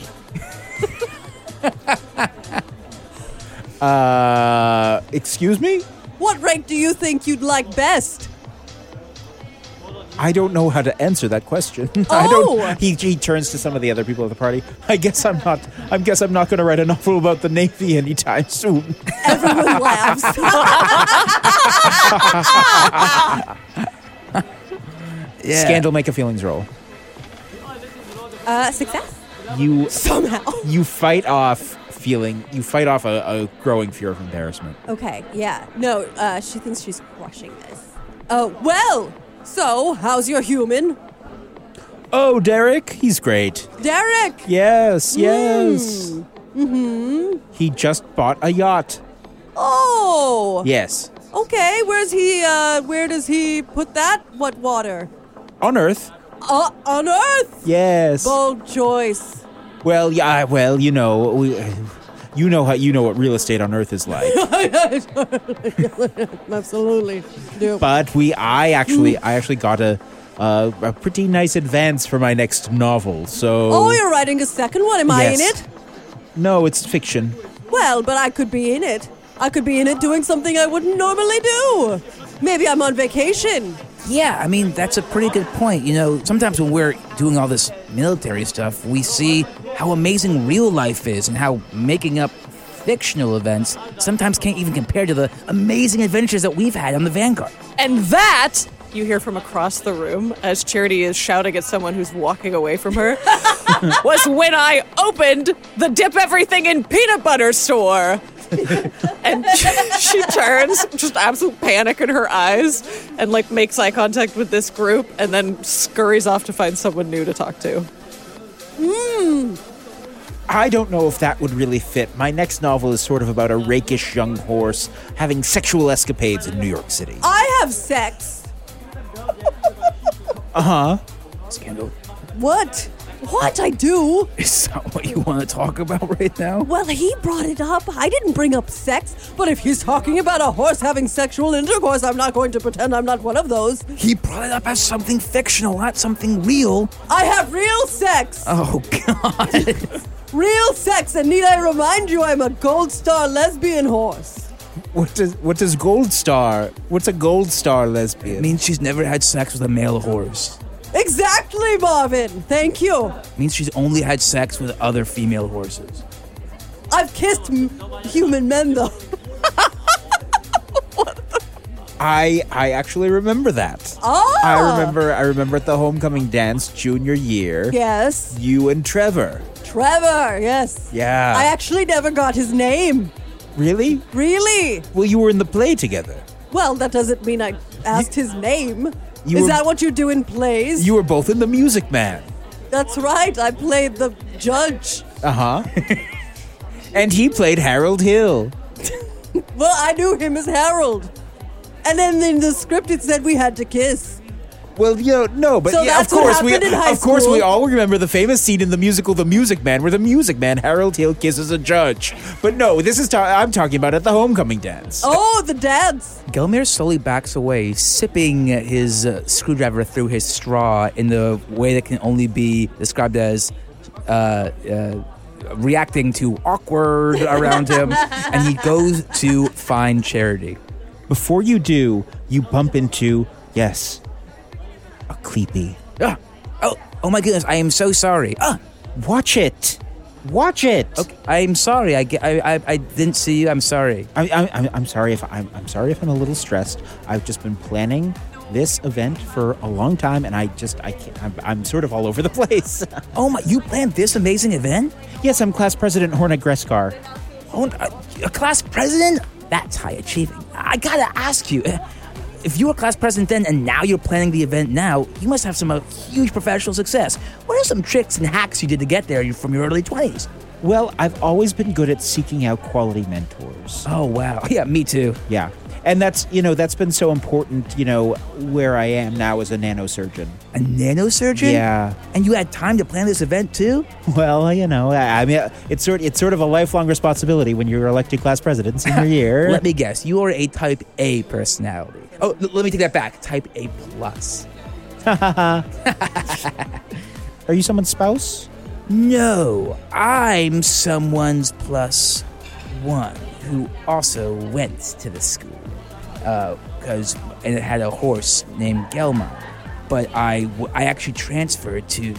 Speaker 5: Uh, excuse me?
Speaker 4: What rank do you think you'd like best?
Speaker 5: I don't know how to answer that question. <laughs> I don't. He, he turns to some of the other people at the party. I guess I'm not. I guess I'm not going to write a novel about the Navy anytime soon.
Speaker 4: Everyone <laughs> laughs.
Speaker 2: <laughs> Yeah.
Speaker 5: Scandal, make a feelings roll.
Speaker 4: Uh, success?
Speaker 5: You
Speaker 4: Somehow. <laughs>
Speaker 5: you fight off feeling. You fight off a, a growing fear of embarrassment.
Speaker 4: Okay, yeah. No, uh, she thinks she's crushing this. Oh, well! So, how's your human?
Speaker 5: Oh, Derek, he's great.
Speaker 4: Derek!
Speaker 5: Yes, yes. Mm-hmm.
Speaker 4: Mm-hmm.
Speaker 5: He just bought a yacht.
Speaker 4: Oh!
Speaker 5: Yes,
Speaker 4: Okay, where's he, uh, where does he put that? What water?
Speaker 5: on Earth.
Speaker 4: Uh, on Earth!
Speaker 5: Yes.
Speaker 4: Bold choice.
Speaker 5: Well, yeah. Well, you know, we, you know how you know what real estate on Earth
Speaker 4: <laughs>
Speaker 5: is like.
Speaker 4: Absolutely. Do.
Speaker 5: but we, I actually, I actually got a, uh, a pretty nice advance for my next novel. So.
Speaker 4: Oh, you're writing a second one. Am I in
Speaker 5: Yes.
Speaker 4: it?
Speaker 5: No, it's fiction.
Speaker 4: Well, but I could be in it. I could be in it doing something I wouldn't normally do. Maybe I'm on vacation.
Speaker 2: Yeah, I mean, that's a pretty good point. You know, sometimes when we're doing all this military stuff, we see how amazing real life is and how making up fictional events sometimes can't even compare to the amazing adventures that we've had on the Vanguard.
Speaker 3: And that you hear from across the room as Charity is shouting at someone who's walking away from her <laughs> was when I opened the dip everything in peanut butter store. and <laughs> she turns, just absolute panic in her eyes, and like makes eye contact with this group and then scurries off to find someone new to talk to.
Speaker 5: I don't know if that would really fit. My next novel is sort of about a rakish young horse having sexual escapades in New York City.
Speaker 4: I have sex.
Speaker 2: Scandal, <laughs>
Speaker 4: What? What I do?
Speaker 2: is that what you want to talk about right now?
Speaker 4: Well, he brought it up. I didn't bring up sex. But if he's talking about a horse having sexual intercourse, I'm not going to pretend I'm not one of those.
Speaker 2: He brought it up as something fictional, not something real.
Speaker 4: I have real sex.
Speaker 2: Oh, <laughs> God.
Speaker 4: Real sex. And need I remind you, I'm a gold star lesbian horse.
Speaker 5: What does what does Gold Star? What's a Gold Star lesbian?
Speaker 2: it means she's never had sex with a male horse.
Speaker 4: Exactly, Marvin. Thank you.
Speaker 2: It means she's only had sex with other female horses.
Speaker 4: I've kissed m- human men, though. <laughs>
Speaker 5: I I actually remember that.
Speaker 4: Oh!
Speaker 5: I remember I remember at the homecoming dance junior year.
Speaker 4: Yes.
Speaker 5: You and Trevor.
Speaker 4: Trevor, yes.
Speaker 5: Yeah.
Speaker 4: I actually never got his name.
Speaker 5: Really?
Speaker 4: Really?
Speaker 5: Well, you were in the play together.
Speaker 4: Well, that doesn't mean I asked his name.
Speaker 5: You
Speaker 4: Is
Speaker 5: were-
Speaker 4: that what you do in plays?
Speaker 5: You were both in the Music Man.
Speaker 4: That's right. I played the judge. Uh-huh.
Speaker 5: Uh huh. <laughs> and he played Harold Hill.
Speaker 4: Well, I knew him as Harold. And then in the script, it said we had to kiss.
Speaker 5: Well, you know, no, but
Speaker 4: So
Speaker 5: yeah, of
Speaker 4: that's what
Speaker 5: course we,
Speaker 4: happened in high
Speaker 5: of course we
Speaker 4: school.
Speaker 5: all remember the famous scene in the musical The Music Man, where the Music Man Harold Hill kisses a judge. But no, this is ta- I'm talking about at the homecoming dance.
Speaker 4: Oh, the dance.
Speaker 2: Gelmir slowly backs away, sipping his uh, screwdriver through his straw in the way that can only be described as uh, uh, reacting to awkward around him. and he goes to find Charity.
Speaker 5: Before you do, you bump into yes, a creepy.
Speaker 2: Ah, oh, oh my goodness! I am so sorry. Ah,
Speaker 5: Watch it, watch it.
Speaker 2: okay, I'm sorry. I, ge- I, I, I didn't see you. I'm sorry.
Speaker 5: I, I, I'm, I'm sorry if I'm, I'm sorry if I'm a little stressed. I've just been planning this event for a long time, and I just I can't. I'm, I'm sort of all over the <laughs> place.
Speaker 2: Oh my! You planned this amazing event?
Speaker 5: yes, I'm class president Horna Greskar.
Speaker 2: Oh, a, a class president? That's high achieving. I gotta ask you. eh, If you were class president then and now you're planning the event now, you must have some uh, huge professional success. What are some tricks and hacks you did to get there you- from your early 20s?
Speaker 5: Well, I've always been good at seeking out quality mentors. <laughs>
Speaker 2: Oh, wow. <laughs> Yeah, me too.
Speaker 5: Yeah. And that's, you know, that's been so important, you know, where I am now as a nanosurgeon.
Speaker 2: A nanosurgeon?
Speaker 5: Yeah.
Speaker 2: And you had time to plan this event too?
Speaker 5: Well, you know, I, I mean, it's sort, it's sort of a lifelong responsibility when you're elected class
Speaker 2: <laughs>
Speaker 5: president senior year.
Speaker 2: Let me guess. You are a type A personality. Oh, l- let me take that back. Type A plus.
Speaker 5: Are you someone's spouse?
Speaker 2: No, I'm someone's plus one who also uh, went to the school. Because, and it had a horse named Gelma. but I, w- I actually transferred to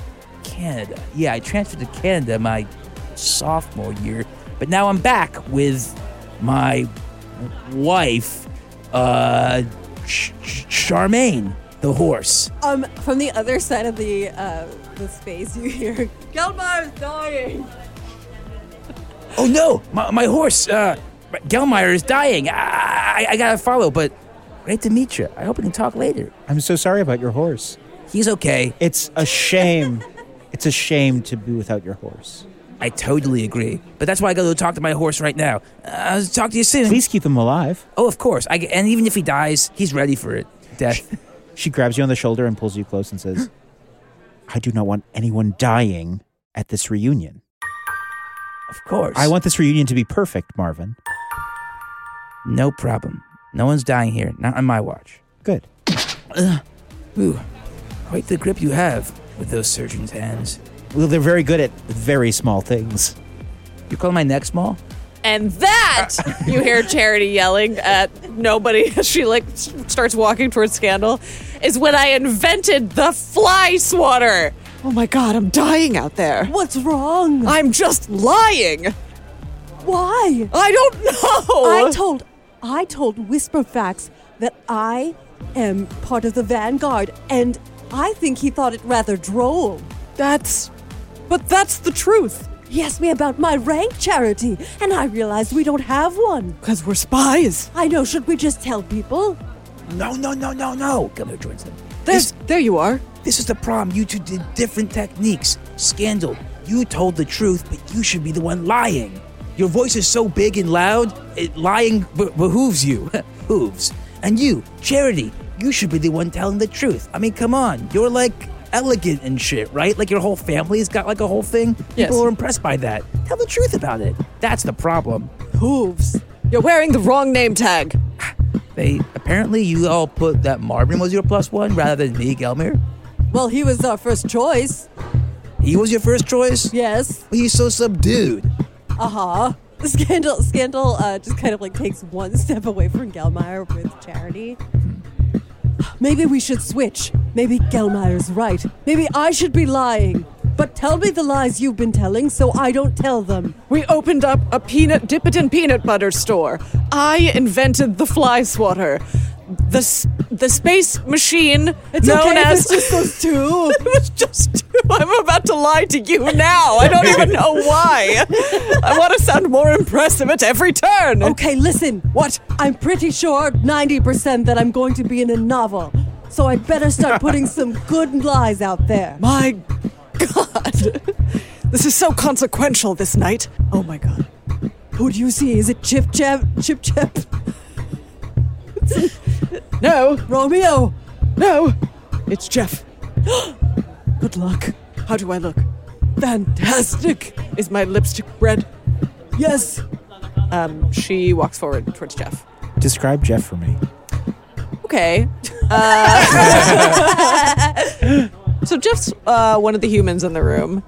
Speaker 2: Canada. Yeah, I transferred to Canada my sophomore year, but now I'm back with my wife, uh, Ch- Ch- Charmaine, the horse.
Speaker 4: Um, from the other side of the uh, the space, you hear Gelmar's dying.
Speaker 2: Oh no, my, my horse, uh, Gelmeyer is dying. I, I, I gotta follow, but great to meet you. I hope we can talk later.
Speaker 5: I'm so sorry about your horse.
Speaker 2: He's okay.
Speaker 5: It's a
Speaker 2: <laughs>
Speaker 5: shame. it's a shame to be without your horse.
Speaker 2: I totally agree. But that's why I gotta go talk to my horse right now. Uh, I'll talk to you soon.
Speaker 5: Please keep him alive.
Speaker 2: Oh, of course. I, and even if he dies, he's ready for it. Death.
Speaker 5: She grabs you on the shoulder and pulls you close
Speaker 2: <gasps>
Speaker 5: and says, I do not want anyone dying at this reunion.
Speaker 2: of course.
Speaker 5: I want this reunion to be perfect, Marvin.
Speaker 2: no problem. No one's dying here. Not on my watch.
Speaker 5: Good.
Speaker 2: Ooh, quite the grip you have with those surgeon's hands.
Speaker 5: Well, they're very good at very small things.
Speaker 2: You call my neck small?
Speaker 3: And that you hear Charity yelling at nobody <laughs> as she like s- starts walking towards Scandal is when I invented the fly swatter. Oh my god, I'm dying out there.
Speaker 4: What's wrong?
Speaker 3: I'm just lying.
Speaker 4: Uh, Why?
Speaker 3: I don't know.
Speaker 4: I told I told Whisperfax that I am part of the Vanguard, and I think he thought it rather droll.
Speaker 3: that's but that's the truth
Speaker 4: He asked me about my rank charity, and I realized we don't have one.
Speaker 3: because we're spies.
Speaker 4: I know, should we just tell people?
Speaker 2: No, no, no, no, no. Governor joins them.
Speaker 3: There's, there you are.
Speaker 2: This is the problem. You two did different techniques. Scandal, you told the truth, but you should be the one lying. Your voice is so big and loud, it, lying be- behooves you. <laughs> Hooves. And you, Charity, you should be the one telling the truth. I mean, come on. You're like elegant and shit, right? Like your whole family's got like a whole thing.
Speaker 3: Yes.
Speaker 2: People are impressed by that. Tell the truth about it. That's the problem.
Speaker 3: Hooves. You're wearing the wrong name tag.
Speaker 2: They apparently you all put that Marvin was your plus one rather than me, Gelmir.
Speaker 4: Well, he was our first choice.
Speaker 2: He was your first choice.
Speaker 4: Yes.
Speaker 2: Well, he's so subdued.
Speaker 4: Uh-huh. Scandal Scandal uh, just kind of like takes one step away from Gelmeyer with charity. Maybe we should switch. Maybe Gelmeyer's right. Maybe I should be lying. But tell me the lies you've been telling so I don't tell them.
Speaker 3: We opened up a peanut dip it in peanut butter store. I invented the fly swatter. The, s- the space machine
Speaker 4: It's
Speaker 3: known
Speaker 4: okay
Speaker 3: as
Speaker 4: if it's just those two.
Speaker 3: <laughs> it was just I'm about to lie to you now. I don't even know why. I want to sound more impressive at every turn.
Speaker 4: okay, listen.
Speaker 3: What?
Speaker 4: I'm pretty sure 90% that I'm going to be in a novel. So I'd better start putting some good lies out there.
Speaker 3: My God. This is so consequential this night. Oh my God.
Speaker 4: Who do you see? Is it Chip Chap? Chip Chap?
Speaker 3: No,
Speaker 4: Romeo?
Speaker 3: no. It's Jeff.
Speaker 4: Good luck.
Speaker 3: How do I look?
Speaker 4: Fantastic.
Speaker 3: Is my lipstick red?
Speaker 4: Yes.
Speaker 3: Um, she walks forward towards Jeff.
Speaker 5: Describe Jeff
Speaker 2: <laughs>
Speaker 5: for me.
Speaker 3: okay. Uh, <laughs> so Jeff's uh, one of the humans in the room.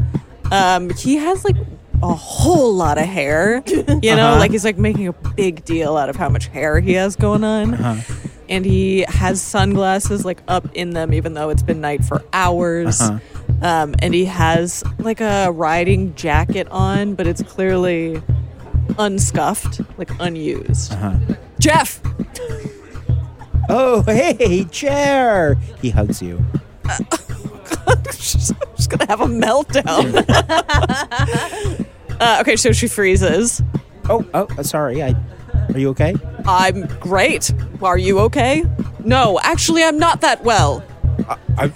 Speaker 3: Um, he has like a whole lot of hair. You know, like he's like making a big deal out of how much hair he has going on. And he has sunglasses like up in them, even though it's been night for hours. Um, and he has like a riding jacket on, but it's clearly unscuffed, like unused. Jeff,
Speaker 5: Oh, hey, chair. He hugs you.
Speaker 3: She's- I'm just gonna have a meltdown. uh, okay, so she freezes.
Speaker 5: Oh, oh, uh, sorry. I. Are you okay?
Speaker 3: I'm great. Are you okay? No, actually, I'm not that well.
Speaker 5: I'm,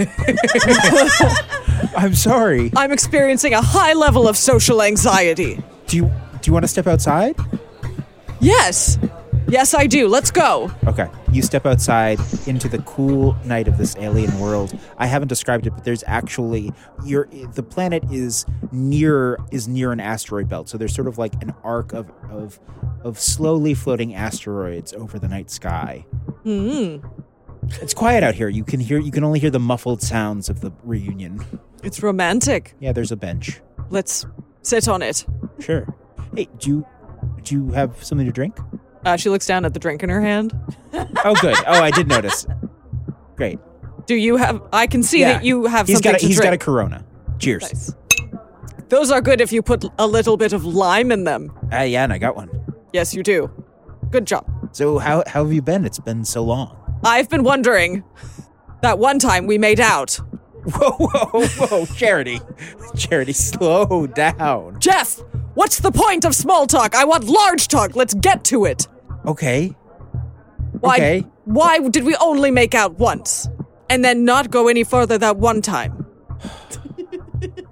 Speaker 5: I'm sorry.
Speaker 3: I'm experiencing a high level of social anxiety.
Speaker 5: Do you do you want to step outside?
Speaker 3: Yes, yes, I do. Let's go.
Speaker 5: Okay. You step outside into the cool night of this alien world. I haven't described it, but there's actually your the planet is near is near an asteroid belt. So there's sort of like an arc of of of slowly floating asteroids over the night sky. Mm. It's quiet out here. You can hear you can only hear the muffled sounds of the reunion.
Speaker 3: It's romantic.
Speaker 5: Yeah, there's a bench.
Speaker 3: Let's sit on it.
Speaker 5: Sure. Hey, do you do you have something to drink?
Speaker 3: Uh, she looks down at the drink in her hand.
Speaker 5: Oh, good. Oh, I did notice. Great.
Speaker 3: Do you have? I can see
Speaker 5: Yeah.
Speaker 3: that you have
Speaker 5: He's
Speaker 3: something
Speaker 5: got a,
Speaker 3: to
Speaker 5: he's got a
Speaker 3: drink.
Speaker 5: Corona. Cheers.
Speaker 3: Those are good if you put a little bit of lime in them.
Speaker 5: Ah, yeah, and I got one.
Speaker 3: Yes, you do. Good job.
Speaker 5: So how how have you been? It's been so long.
Speaker 3: I've been wondering. That one time we made out.
Speaker 5: <laughs> Whoa, whoa, whoa, Charity, <laughs> Charity, slow down.
Speaker 3: Jeff, what's the point of small talk? I want large talk. Let's get to it.
Speaker 5: Okay,
Speaker 3: Why?
Speaker 5: Okay.
Speaker 3: Why did we only make out once, and then not go any further that one time?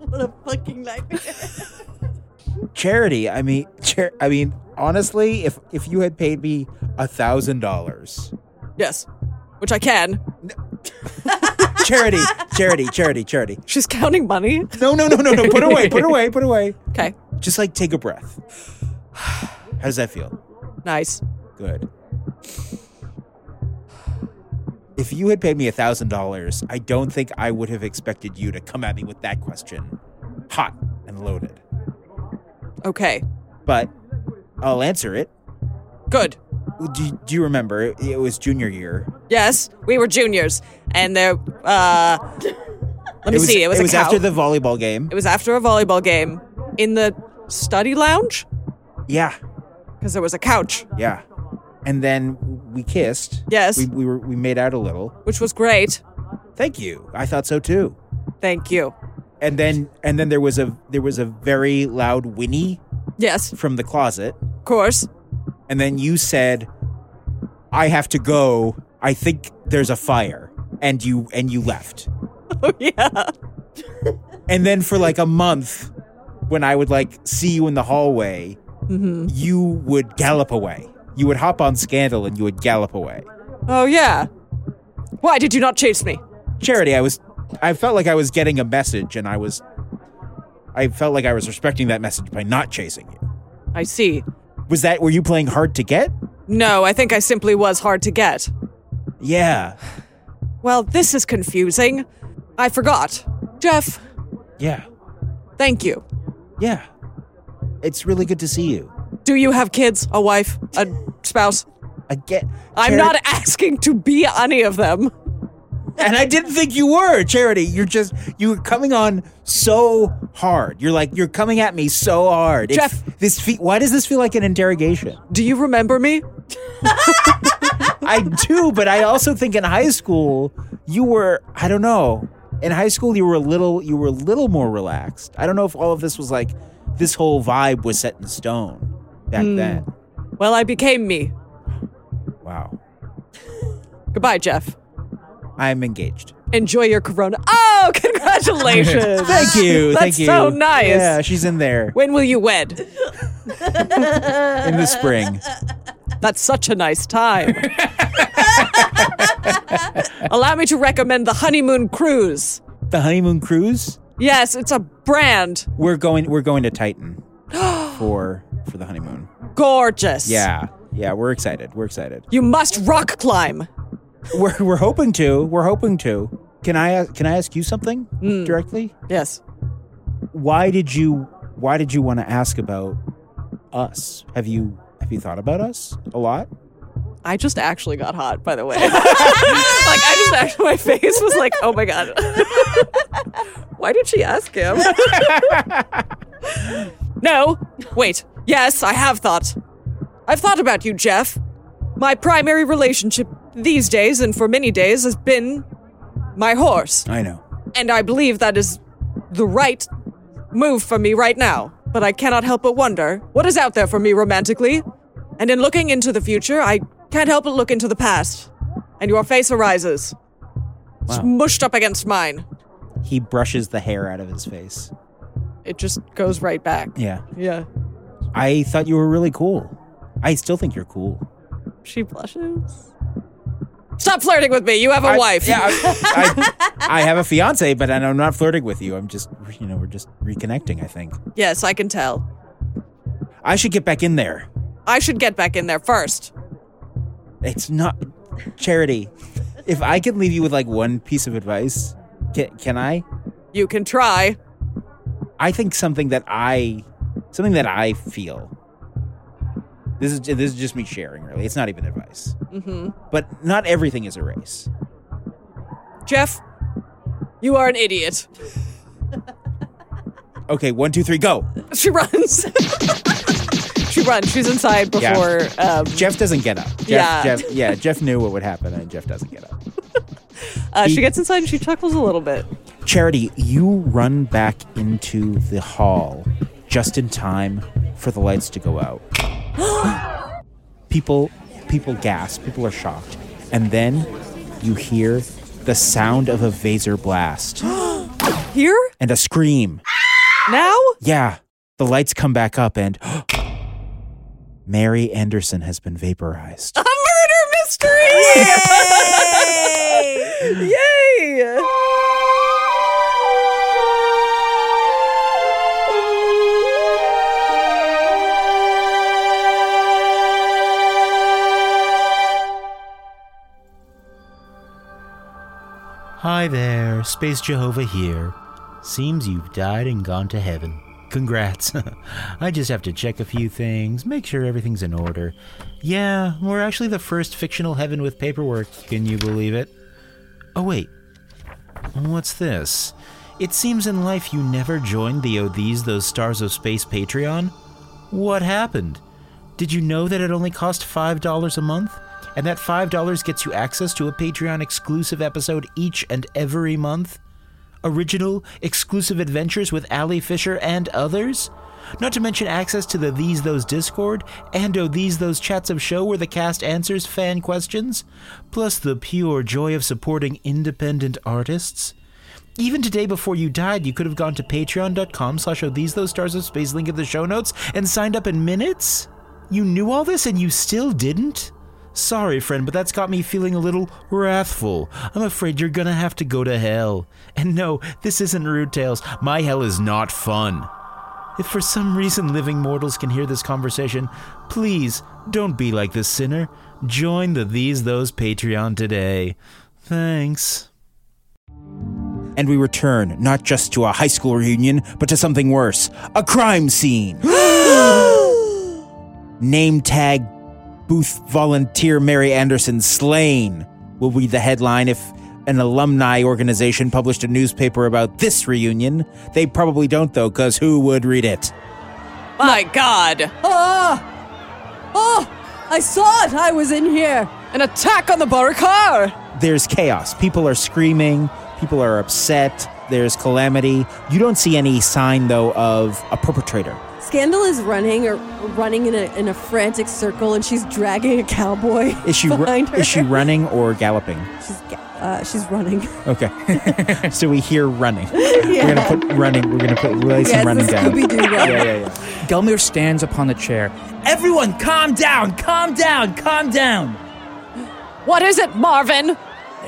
Speaker 4: What a fucking nightmare.
Speaker 5: Charity. I mean, char- I mean, honestly, if if you had paid me a
Speaker 3: <laughs>
Speaker 5: thousand dollars,
Speaker 3: Yes, which I can.
Speaker 5: Charity, Charity, Charity, Charity.
Speaker 3: She's <laughs> counting money.
Speaker 5: No, no, no, no, no. Put it away, put it away, put it away.
Speaker 3: Okay,
Speaker 5: Just like take a breath. How does that feel?
Speaker 3: nice.
Speaker 5: Good. If you had paid me a thousand dollars, I don't think I would have expected you to come at me with that question, hot and loaded.
Speaker 3: Okay,
Speaker 5: But I'll answer it.
Speaker 3: good.
Speaker 5: Do, do you remember? It, it was junior year.
Speaker 3: Yes, we were juniors, and there. Uh, let me
Speaker 5: it was,
Speaker 3: see. It was
Speaker 5: it
Speaker 3: a
Speaker 5: was
Speaker 3: cow.
Speaker 5: after the volleyball game.
Speaker 3: it was after a volleyball game in the study lounge
Speaker 5: Yeah,
Speaker 3: because there was a couch,
Speaker 5: yeah. And then we kissed.
Speaker 3: Yes.
Speaker 5: we, we were we made out a little.
Speaker 3: which was great.
Speaker 5: Thank you. I thought so too.
Speaker 3: Thank you.
Speaker 5: And then and then there was a there was a very loud whinny
Speaker 3: Yes,
Speaker 5: from the closet.
Speaker 3: of course. <laughs>
Speaker 5: and then you said i have to go i think there's a fire and you and you left
Speaker 3: Oh yeah.
Speaker 5: and then for like a month when i would like see you in the hallway you would gallop away you would hop on scandal and you would gallop away
Speaker 3: Oh yeah. Why did you not chase me?
Speaker 5: charity i was i felt like i was getting a message and i was i felt like i was respecting that message by not chasing you
Speaker 3: I see.
Speaker 5: was that were you playing hard to get
Speaker 3: No, I think I simply was hard to get.
Speaker 5: yeah
Speaker 3: Well, this is confusing. I forgot. Jeff,
Speaker 5: yeah
Speaker 3: thank you.
Speaker 5: yeah it's really good to see you
Speaker 3: Do you have kids, a wife, a spouse?
Speaker 5: Again,
Speaker 3: I'm
Speaker 5: Charity-
Speaker 3: not asking to be any of them.
Speaker 5: <laughs> and I didn't think you were charity. You're just you were coming on so hard. You're like you're coming at me so hard. It-
Speaker 3: Jeff.
Speaker 5: this fe- why does this feel like an interrogation?
Speaker 3: Do you remember me?
Speaker 5: I
Speaker 3: <laughs>
Speaker 5: do, but I also think in high school you were I don't know. In high school you were a little you were a little more relaxed. I don't know if all of this was like this whole vibe was set in stone back
Speaker 3: Hmm.
Speaker 5: then.
Speaker 3: Well, I became me.
Speaker 5: Wow.
Speaker 3: Goodbye, Jeff.
Speaker 5: I'm engaged.
Speaker 3: Enjoy your corona. Oh, <laughs> congratulations.
Speaker 5: Thank you.
Speaker 3: <laughs> That's
Speaker 5: thank you.
Speaker 3: so nice.
Speaker 5: Yeah, she's in there
Speaker 3: when will you wed?
Speaker 5: in
Speaker 3: <laughs>
Speaker 5: the spring.
Speaker 3: That's such a nice time. Allow me to recommend the Honeymoon Cruise.
Speaker 5: The honeymoon cruise?
Speaker 3: Yes, it's a brand.
Speaker 5: We're going. We're going
Speaker 3: <gasps>
Speaker 5: to Titan for for the honeymoon.
Speaker 3: Gorgeous.
Speaker 5: Yeah, yeah. We're excited. We're excited.
Speaker 3: You must rock climb.
Speaker 5: We're we're hoping to. We're hoping to. Can I can I ask you something
Speaker 3: Mm.
Speaker 5: directly?
Speaker 3: Yes.
Speaker 5: Why did you Why did you want to ask about us? Have you Have you thought about us a lot?
Speaker 3: I just actually got hot, by the way. <laughs> like, I just actually, my face was like, oh my God. <laughs> Why did she ask him? <laughs> no. Wait. Yes, I have thought. I've thought about you, Jeff. My primary relationship these days and for many days has been my horse.
Speaker 5: I know.
Speaker 3: And I believe that is the right move for me right now. But I cannot help but wonder what is out there for me romantically. And in looking into the future, I can't help but look into the past. And your face arises,
Speaker 5: Wow.
Speaker 3: mushed up against mine.
Speaker 5: He brushes the hair out of his face.
Speaker 3: It just goes right back.
Speaker 5: Yeah.
Speaker 3: Yeah.
Speaker 5: I thought you were really cool. I still think you're cool.
Speaker 3: She blushes. Stop flirting with me. You have a
Speaker 5: I-
Speaker 3: wife.
Speaker 5: Yeah,
Speaker 3: <laughs>
Speaker 5: I, I, I have a fiance, but I'm not flirting with you. I'm just, you know, we're just reconnecting. I think
Speaker 3: Yes, I can tell.
Speaker 5: I should get back in there.
Speaker 3: I should get back in there first.
Speaker 5: It's not charity. If I could leave you with like one piece of advice, can, can I?
Speaker 3: You can try.
Speaker 5: I think something that I, something that I feel. This is this is just me sharing. Really, it's not even advice. Mm-hmm. But not everything is a race.
Speaker 3: Jeff, you are an idiot. <laughs>
Speaker 5: Okay, one, two, three, go.
Speaker 3: She runs. <laughs> she runs. She's inside
Speaker 5: Yeah.
Speaker 3: before. Um,
Speaker 5: Jeff doesn't get up. Jeff,
Speaker 3: Yeah.
Speaker 5: Jeff, yeah, Jeff knew what would happen, and Jeff doesn't get up.
Speaker 3: uh, she gets inside and she chuckles a little bit.
Speaker 5: Charity, you run back into the hall just in time for the lights to go out. people people gasp, people are shocked. And then you hear the sound of a vaser blast
Speaker 3: Here
Speaker 5: and a scream.
Speaker 3: now.
Speaker 5: Yeah. The lights come back up and <gasps> Mary Anderson has been vaporized.
Speaker 3: A murder mystery! <laughs> Yay!
Speaker 1: Hi there, Space Jehovah here. Seems you've died and gone to heaven. Congrats. <laughs> I just have to check a few things, make sure everything's in order. Yeah, we're actually the first fictional heaven with paperwork, can you believe it? Oh, wait. What's this? It seems in life you never joined the Oh These Those Stars of Space Patreon? What happened? Did you know that it only costs $5 a month? And that $5 gets you access to a Patreon exclusive episode each and every month? Original, exclusive adventures with Ali Fisher and others? Not to mention access to the These Those Discord and Oh These Those Chats of Show where the cast answers fan questions, plus the pure joy of supporting independent artists. Even today before you died, you could have gone to patreon.com slash oh these those stars of space link in the show notes and signed up in minutes? You knew all this and you still didn't? Sorry, friend, but that's got me feeling a little wrathful. I'm afraid you're gonna have to go to hell. And no, this isn't Rude Tales. My hell is not fun. If for some reason living mortals can hear this conversation, please don't be like this sinner. Join the These Those Patreon today. Thanks.
Speaker 5: and we return not just to a high school reunion, but to something worse a crime scene. <gasps> Name tag Booth volunteer Mary Anderson slain will be the headline if an alumni organization published a newspaper about this reunion. They probably don't, though, because who would read it?
Speaker 3: My God!
Speaker 4: Ah!
Speaker 3: Ah!
Speaker 4: Oh! I saw it! I was in here!
Speaker 3: An attack on the Barakar!
Speaker 5: There's chaos. People are screaming, people are upset, there's calamity. You don't see any sign, though, of a perpetrator.
Speaker 4: Scandal is running or running in a, in a frantic circle and she's dragging a cowboy
Speaker 5: Is she, ru-
Speaker 4: behind her.
Speaker 5: is she
Speaker 4: <laughs>
Speaker 5: running or galloping?
Speaker 4: she's, ga- uh, she's running.
Speaker 5: Okay. <laughs> so we hear running. We're gonna put running. We're gonna put Willie
Speaker 4: Yeah,
Speaker 5: some
Speaker 4: it's
Speaker 5: running
Speaker 4: the
Speaker 5: down.
Speaker 4: Scooby-Doo run.
Speaker 5: Yeah, yeah, yeah.
Speaker 2: Gelmir stands upon a chair. Everyone, calm down, calm down, calm down.
Speaker 3: What is it, Marvin?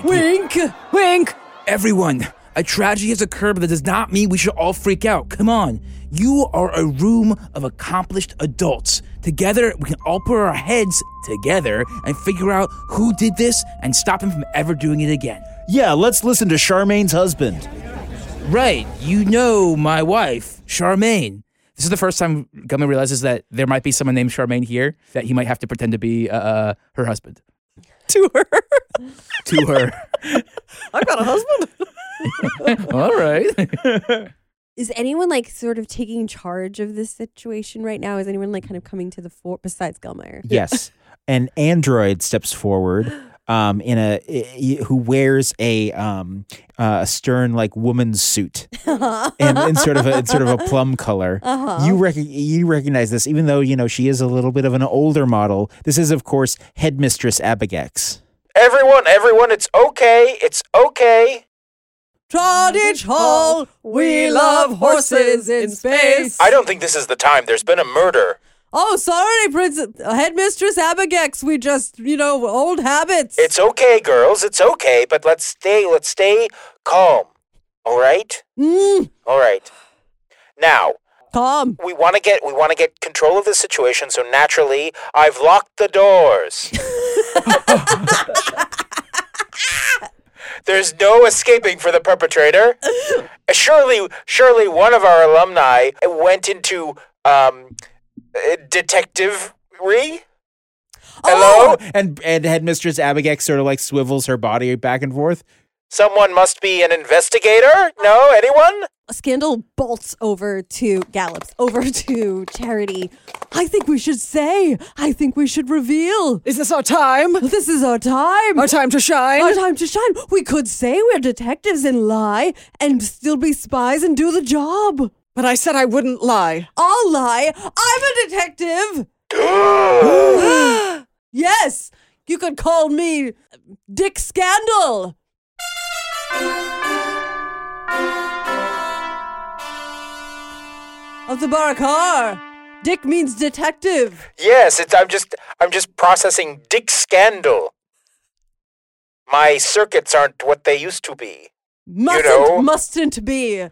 Speaker 2: Wink, wink. Everyone, a tragedy has occurred, but that does not mean we should all freak out. Come on. You are a room of accomplished adults. Together, we can all put our heads together and figure out who did this and stop him from ever doing it again.
Speaker 5: Yeah, let's listen to Charmaine's husband.
Speaker 2: Right, you know my wife, Charmaine. This is the first time Gummy realizes that there might be someone named Charmaine here that he might have to pretend to be uh, uh, her husband.
Speaker 3: <laughs> To her.
Speaker 2: To her.
Speaker 3: <laughs> I've got a
Speaker 2: <laughs>
Speaker 3: husband.
Speaker 2: All
Speaker 3: <laughs>
Speaker 2: right.
Speaker 6: is anyone like sort of taking charge of this situation right now? Is anyone like kind of coming to the fore besides Gelmeyer?
Speaker 5: Yes, an android steps forward. Um, in a i- i- who wears a um uh, a stern like woman's suit and, and sort of a in sort of a plum color. You rec- you recognize this, even though you know she is a little bit of an older model. This is, of course, headmistress Abigax. Everyone, everyone, it's okay, it's okay.
Speaker 4: Trottage Hall, we love horses in space.
Speaker 5: I don't think this is the time. There's been a murder.
Speaker 4: Oh, sorry, Prince Headmistress Abigax. We just, you know, old habits.
Speaker 5: It's okay, girls. It's okay, but let's stay let's stay calm. All right?
Speaker 4: mm,
Speaker 5: All right. Now,
Speaker 4: calm.
Speaker 5: we want to get we want to get control of the situation, so naturally, I've locked the <laughs> doors. There's no escaping for the perpetrator. Surely, surely one of our alumni went into um uh, detective-ry? Oh!
Speaker 7: Oh,
Speaker 5: Hello? And and headmistress Abigail sort of like swivels her body back and forth.
Speaker 1: Someone must be an investigator? No? Anyone?
Speaker 7: Scandal bolts over to gallops over to Charity. I think we should say. I think we should reveal.
Speaker 3: Is this our time?
Speaker 7: This is our time.
Speaker 3: Our time to shine?
Speaker 7: Our time to shine. We could say we're detectives and lie and still be spies and do the job.
Speaker 3: But I said I wouldn't lie.
Speaker 7: I'll lie. I'm
Speaker 5: <gasps>
Speaker 7: a detective. <gasps> yes, you could call me Dick Scandal. Of the Barakar. Dick means detective.
Speaker 1: Yes, it's, I'm just I'm just processing Dick Scandal. My circuits aren't what they used to be.
Speaker 7: Mustn't,
Speaker 1: know.
Speaker 7: mustn't be.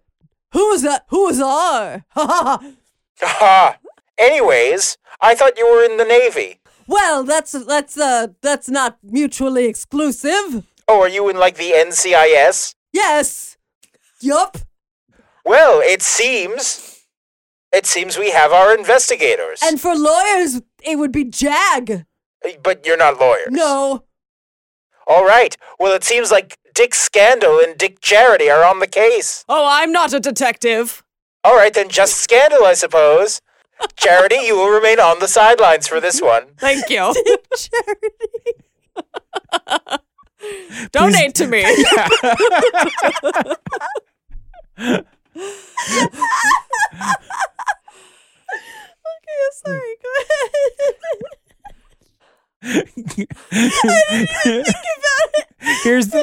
Speaker 7: Who is that? Who is R?
Speaker 1: Haha. Anyways, I thought you were in the Navy.
Speaker 7: well, that's that's uh that's not mutually exclusive.
Speaker 1: Oh, are you in like the NCIS?
Speaker 7: Yes. Yup.
Speaker 1: Well, it seems it seems we have our investigators.
Speaker 7: And for lawyers, it would be JAG.
Speaker 1: but you're not lawyers.
Speaker 7: No.
Speaker 1: All right. Well, it seems like Dick Scandal and Dick Charity are on the case.
Speaker 3: Oh, I'm not a detective.
Speaker 1: All right, then just Scandal, I suppose. Charity, you will remain on the sidelines for this one.
Speaker 3: Thank
Speaker 5: <laughs>
Speaker 3: you. <laughs> Donate to me.
Speaker 7: Sorry, go
Speaker 1: Here's <laughs> the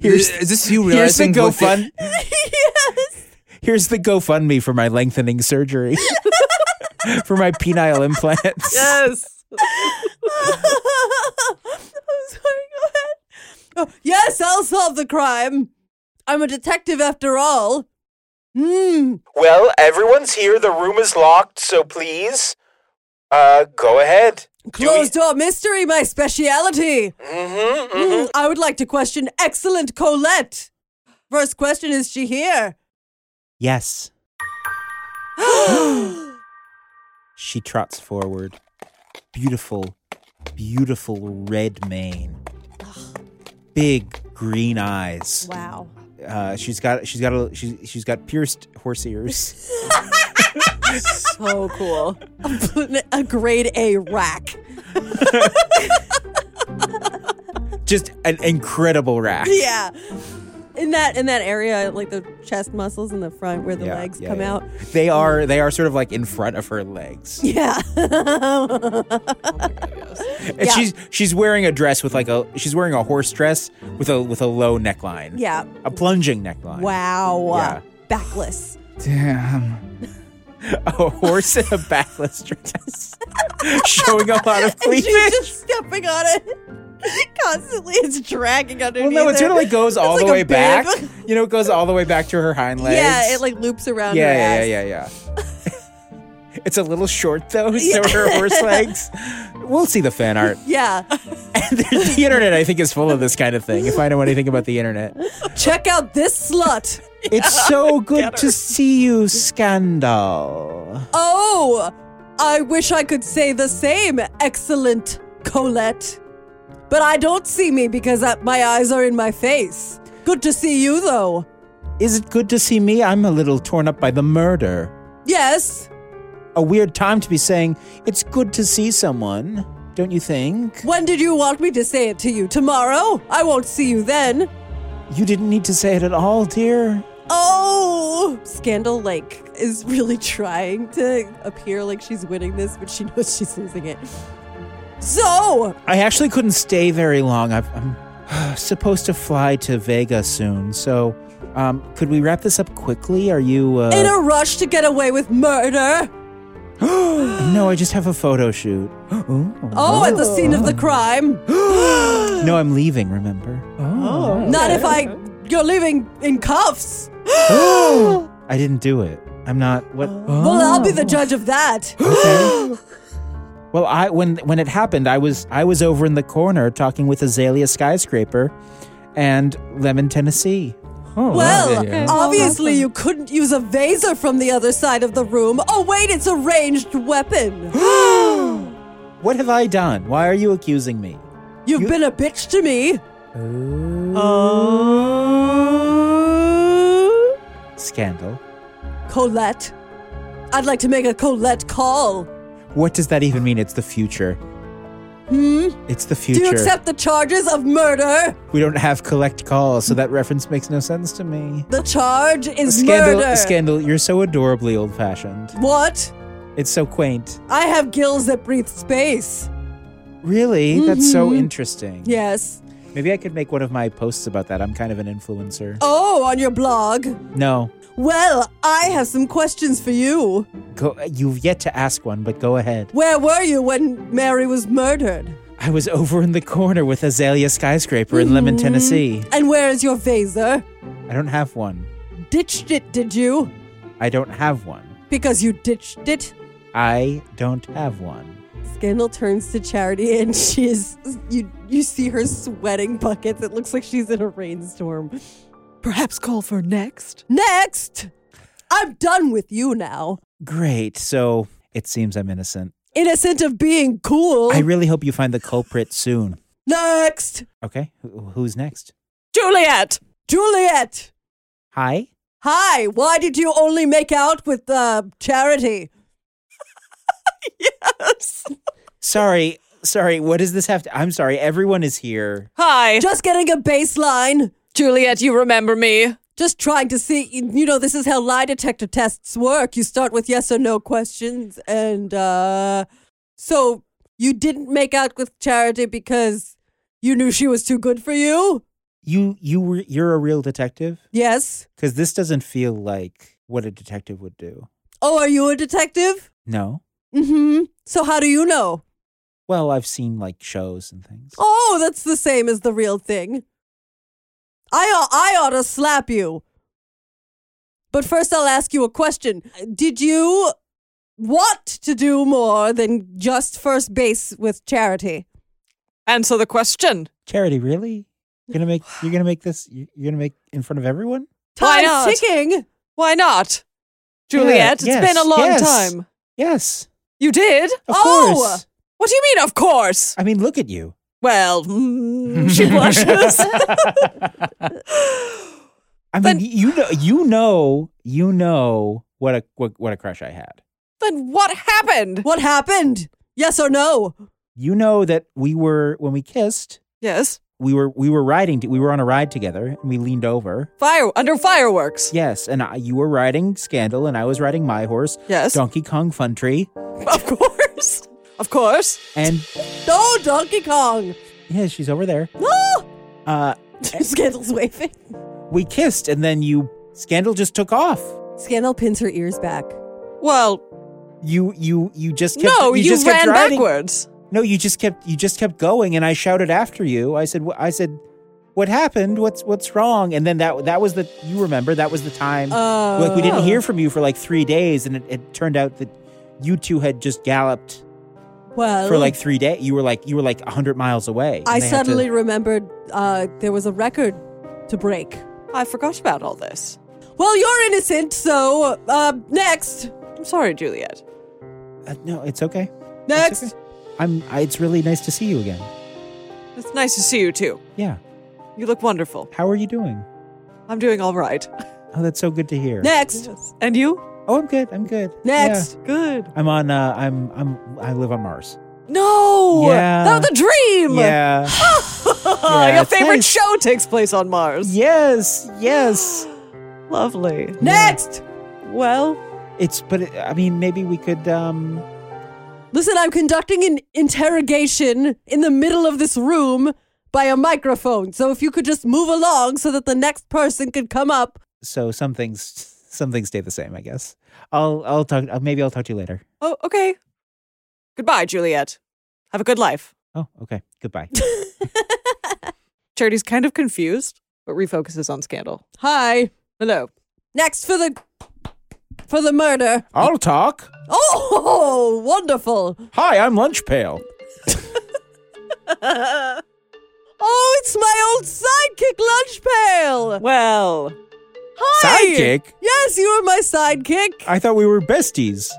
Speaker 2: Here's, is this you
Speaker 1: here's the
Speaker 2: realizing what the-
Speaker 1: GoFund
Speaker 7: ahead. yes.
Speaker 1: here's the GoFundMe for my lengthening surgery. <laughs> for my penile implants.
Speaker 3: yes.
Speaker 7: I'm sorry, go ahead. Oh, yes, I'll solve the crime. I'm a detective after all. Hmm.
Speaker 1: Well, everyone's here. The room is locked, so please uh go ahead.
Speaker 7: Closed door mystery, my speciality.
Speaker 1: Mm-hmm,
Speaker 7: Hmm, I would like to question excellent Colette. First question is she here? <gasps>
Speaker 5: Yes. she trots forward. Beautiful, beautiful red mane. Big green eyes.
Speaker 7: Wow.
Speaker 5: Uh, she's got she's got a, she's, she's got pierced horse ears.
Speaker 7: <laughs>
Speaker 5: <laughs>
Speaker 7: So cool. a grade A rack.
Speaker 5: <laughs> Just an incredible rack.
Speaker 7: Yeah. In that in that area, like the chest muscles in the front where the
Speaker 5: Yeah,
Speaker 7: legs
Speaker 5: yeah,
Speaker 7: come
Speaker 5: yeah.
Speaker 7: out.
Speaker 5: They are they are sort of like in front of her legs.
Speaker 7: Yeah.
Speaker 5: And she's she's wearing a dress with like a she's wearing a horse dress with a with a low neckline.
Speaker 7: <laughs> yeah.
Speaker 5: A plunging neckline.
Speaker 7: Wow.
Speaker 5: Yeah. <laughs>
Speaker 7: Backless.
Speaker 5: A horse in a backless
Speaker 7: <laughs>
Speaker 5: dress. Showing a lot of
Speaker 7: And <laughs> she's
Speaker 5: cleavage.
Speaker 7: just stepping on it. <laughs> Constantly it's dragging underneath.
Speaker 5: Well, no, it sort of
Speaker 7: her.
Speaker 5: like goes all
Speaker 7: It's
Speaker 5: the
Speaker 7: like a
Speaker 5: way back.
Speaker 7: <laughs> bib.
Speaker 5: You know, it goes all the way back to her hind legs.
Speaker 7: Yeah, it like loops around her
Speaker 5: yeah,
Speaker 7: ass.
Speaker 5: yeah, yeah, yeah,
Speaker 7: <laughs>
Speaker 5: yeah. it's a little short though, so her horse legs. We'll see the fan art.
Speaker 7: Yeah.
Speaker 5: <laughs> the internet, I think, is full of this kind of thing. If I know anything about the internet,
Speaker 7: Check out this slut. <laughs>
Speaker 5: it's so good to see you, Scandal.
Speaker 7: Oh, I wish I could say the same, excellent Colette. But I don't see me because I, my eyes are in my face. Good to see you, though.
Speaker 5: Is it good to see me? I'm a little torn up by the murder.
Speaker 7: Yes.
Speaker 5: A weird time to be saying it's good to see someone, don't you think?
Speaker 7: When did you want me to say it to you? Tomorrow? I won't see you then.
Speaker 5: You didn't need to say it at all, dear.
Speaker 7: Oh, Scandal like is really trying to appear like she's winning this, but she knows she's losing it. So,
Speaker 5: I actually couldn't stay very long. I've, I'm <sighs> supposed to fly to Vega soon, so um, could we wrap this up quickly? Are you? Uh,
Speaker 7: in a rush to get away with murder.
Speaker 5: no, I just have a photo shoot.
Speaker 7: Oh, at the scene of the crime.
Speaker 5: No, I'm leaving. Remember?
Speaker 7: Not if I. You're living in cuffs.
Speaker 5: I didn't do it. I'm not. What?
Speaker 7: Well, I'll be the
Speaker 5: Oh.
Speaker 7: judge
Speaker 5: <laughs>
Speaker 7: of that.
Speaker 5: Well, I when when it happened, I was I was over in the corner talking with Azalea Skyscraper and Lemon Tennessee.
Speaker 7: well,
Speaker 2: Oh, yeah.
Speaker 7: obviously you couldn't use a vaser from the other side of the room. Oh wait, it's a
Speaker 5: <gasps>
Speaker 7: ranged weapon.
Speaker 5: What have I done? Why are you accusing me?
Speaker 7: You've been a bitch to me.
Speaker 5: Scandal.
Speaker 7: Colette. I'd like to make a Colette call.
Speaker 5: What does that even mean? It's the future. Hmm? It's the future.
Speaker 7: Do you accept the charges of murder?
Speaker 5: we don't have collect calls, so that reference makes no sense to me.
Speaker 7: The charge is
Speaker 5: Scandal,
Speaker 7: murder.
Speaker 5: scandal, you're so adorably old fashioned.
Speaker 7: What?
Speaker 5: It's so quaint.
Speaker 7: I have gills that breathe space.
Speaker 5: Really? That's
Speaker 7: Mm-hmm.
Speaker 5: so interesting.
Speaker 7: Yes.
Speaker 5: Maybe I could make one of my posts about that. I'm kind of an influencer.
Speaker 7: Oh, on your blog.
Speaker 5: No.
Speaker 7: Well, I have some questions for you.
Speaker 5: Go, you've yet to ask one, but go ahead.
Speaker 7: Where were you when Mary was murdered?
Speaker 5: I was over in the corner with Azalea Skyscraper in Lemon,
Speaker 7: Mm-hmm.
Speaker 5: Tennessee.
Speaker 7: And where is your vaser?
Speaker 5: I don't have one.
Speaker 7: Ditched it, did you?
Speaker 5: I don't have one.
Speaker 7: Because you ditched it.
Speaker 5: I don't have one.
Speaker 7: Scandal turns to Charity and she is you you see her sweating buckets. It looks like she's in a rainstorm.
Speaker 3: Perhaps call for next.
Speaker 7: Next! I'm done with you now.
Speaker 5: Great. So it seems I'm innocent.
Speaker 7: Innocent of being cool.
Speaker 5: I really hope you find the culprit soon.
Speaker 7: Next!
Speaker 5: Okay. who- Who's next?
Speaker 3: Juliet.
Speaker 7: Juliet!
Speaker 5: Hi.
Speaker 7: Hi, why did you only make out with uh, Charity? <laughs>
Speaker 3: Yes.
Speaker 5: Sorry. Sorry. What does this have to? I'm sorry. Everyone is here.
Speaker 3: Hi,
Speaker 7: Just getting a baseline.
Speaker 3: Juliet. You remember me?
Speaker 7: Just trying to see, you know, this is how lie detector tests work. You start with yes or no questions. And uh, so you didn't make out with Charity because you knew she was too good for you?
Speaker 5: You you were you're a real detective
Speaker 7: Yes.
Speaker 5: because this doesn't feel like what a detective would do.
Speaker 7: Oh, are you a detective?
Speaker 5: No.
Speaker 7: Mm hmm. So how do you know?
Speaker 5: Well, I've seen like shows and things.
Speaker 7: Oh, that's the same as the real thing. I ou- I ought to slap you. But first, I'll ask you a question. Did you want to do more than just first base with charity?
Speaker 3: Answer the question.
Speaker 5: Charity, really? You're gonna
Speaker 7: <sighs>
Speaker 5: make you're gonna make this you're gonna make in front of everyone?
Speaker 3: Why
Speaker 7: Time's
Speaker 3: not?
Speaker 7: ticking.
Speaker 3: Why not? Juliet, It's
Speaker 5: yes,
Speaker 3: been a long
Speaker 5: yes.
Speaker 3: time.
Speaker 5: Yes.
Speaker 3: You did?
Speaker 5: Of
Speaker 3: oh!
Speaker 5: course.
Speaker 3: What do you mean, of course?
Speaker 5: I mean, look at you.
Speaker 3: Well, mm,
Speaker 5: <laughs>
Speaker 3: she blushes. <laughs>
Speaker 5: I mean, you know you know you know what a what, what a crush I had.
Speaker 3: then what happened?
Speaker 7: What happened? Yes or no?
Speaker 5: You know that we were when we kissed,
Speaker 3: Yes.
Speaker 5: we were we were riding t- we were on a ride together and we leaned over
Speaker 3: Fire under fireworks.
Speaker 5: yes and I, you were riding scandal and i was riding my horse
Speaker 3: Yes.
Speaker 5: donkey kong fun tree
Speaker 3: <laughs> Of course. Of course.
Speaker 5: and
Speaker 7: No, Donkey Kong.
Speaker 5: yeah she's over there uh
Speaker 7: Scandal's waving.
Speaker 5: we kissed and then you scandal just took off
Speaker 7: Scandal pins her ears back.
Speaker 3: Well,
Speaker 5: you you you just kept,
Speaker 3: no, you,
Speaker 5: just
Speaker 3: ran
Speaker 5: kept riding.
Speaker 3: backwards.
Speaker 5: no you just kept you just kept going and i shouted after you i said wh- i said what happened what's what's wrong and then that that was the you remember that was the time like we didn't
Speaker 7: Oh.
Speaker 5: hear from you for like three days and it, it turned out that you two had just galloped
Speaker 7: Well,
Speaker 5: for like three days. You were like you were like hundred miles away. and
Speaker 7: Oh. I
Speaker 5: they had to-
Speaker 7: suddenly remembered uh, there was a record to break.
Speaker 3: I forgot about all this.
Speaker 7: Well, you're innocent, so uh, next,
Speaker 3: I'm sorry,
Speaker 5: <laughs>
Speaker 3: Juliet.
Speaker 5: Uh, no, it's okay.
Speaker 7: next.
Speaker 5: It's okay. I'm. I, it's really nice to see you again.
Speaker 3: It's nice to see you too.
Speaker 5: Yeah.
Speaker 3: You look wonderful.
Speaker 5: How are you doing?
Speaker 3: I'm doing all right.
Speaker 5: Oh, that's so good to hear.
Speaker 7: Next,
Speaker 3: And you?
Speaker 5: oh, I'm good. I'm good.
Speaker 7: next.
Speaker 3: Good.
Speaker 5: Yeah. I'm on. Uh, I'm. I'm. I live on Mars.
Speaker 3: No.
Speaker 5: Yeah.
Speaker 3: That was the dream.
Speaker 5: Yeah.
Speaker 7: <laughs>
Speaker 3: Ah,
Speaker 5: Yeah,
Speaker 3: your
Speaker 5: it's
Speaker 3: favorite
Speaker 5: nice.
Speaker 3: show takes place on <laughs> Mars.
Speaker 5: yes. Yes.
Speaker 3: Lovely.
Speaker 7: Next.
Speaker 3: Well,
Speaker 5: It's. But it, I mean, maybe we could. Um.
Speaker 7: Listen, I'm conducting an interrogation in the middle of this room by a microphone. So if you could just move along so that the next person could come up.
Speaker 5: So some things. Some things stay the same, I guess. I'll. I'll talk. uh, Maybe I'll talk to you later.
Speaker 3: oh, okay. Goodbye, Juliet. Have a good life.
Speaker 5: Oh. Okay. Goodbye.
Speaker 3: Charity's kind of confused, but refocuses on Scandal.
Speaker 7: Hi.
Speaker 3: Hello.
Speaker 7: Next for the for the murder.
Speaker 5: I'll talk.
Speaker 7: Oh, wonderful.
Speaker 5: Hi, I'm Lunch Pail.
Speaker 7: Oh, it's my old sidekick lunch pail.
Speaker 3: Well,
Speaker 7: Hi. Yes, you are my sidekick.
Speaker 5: I thought we were besties.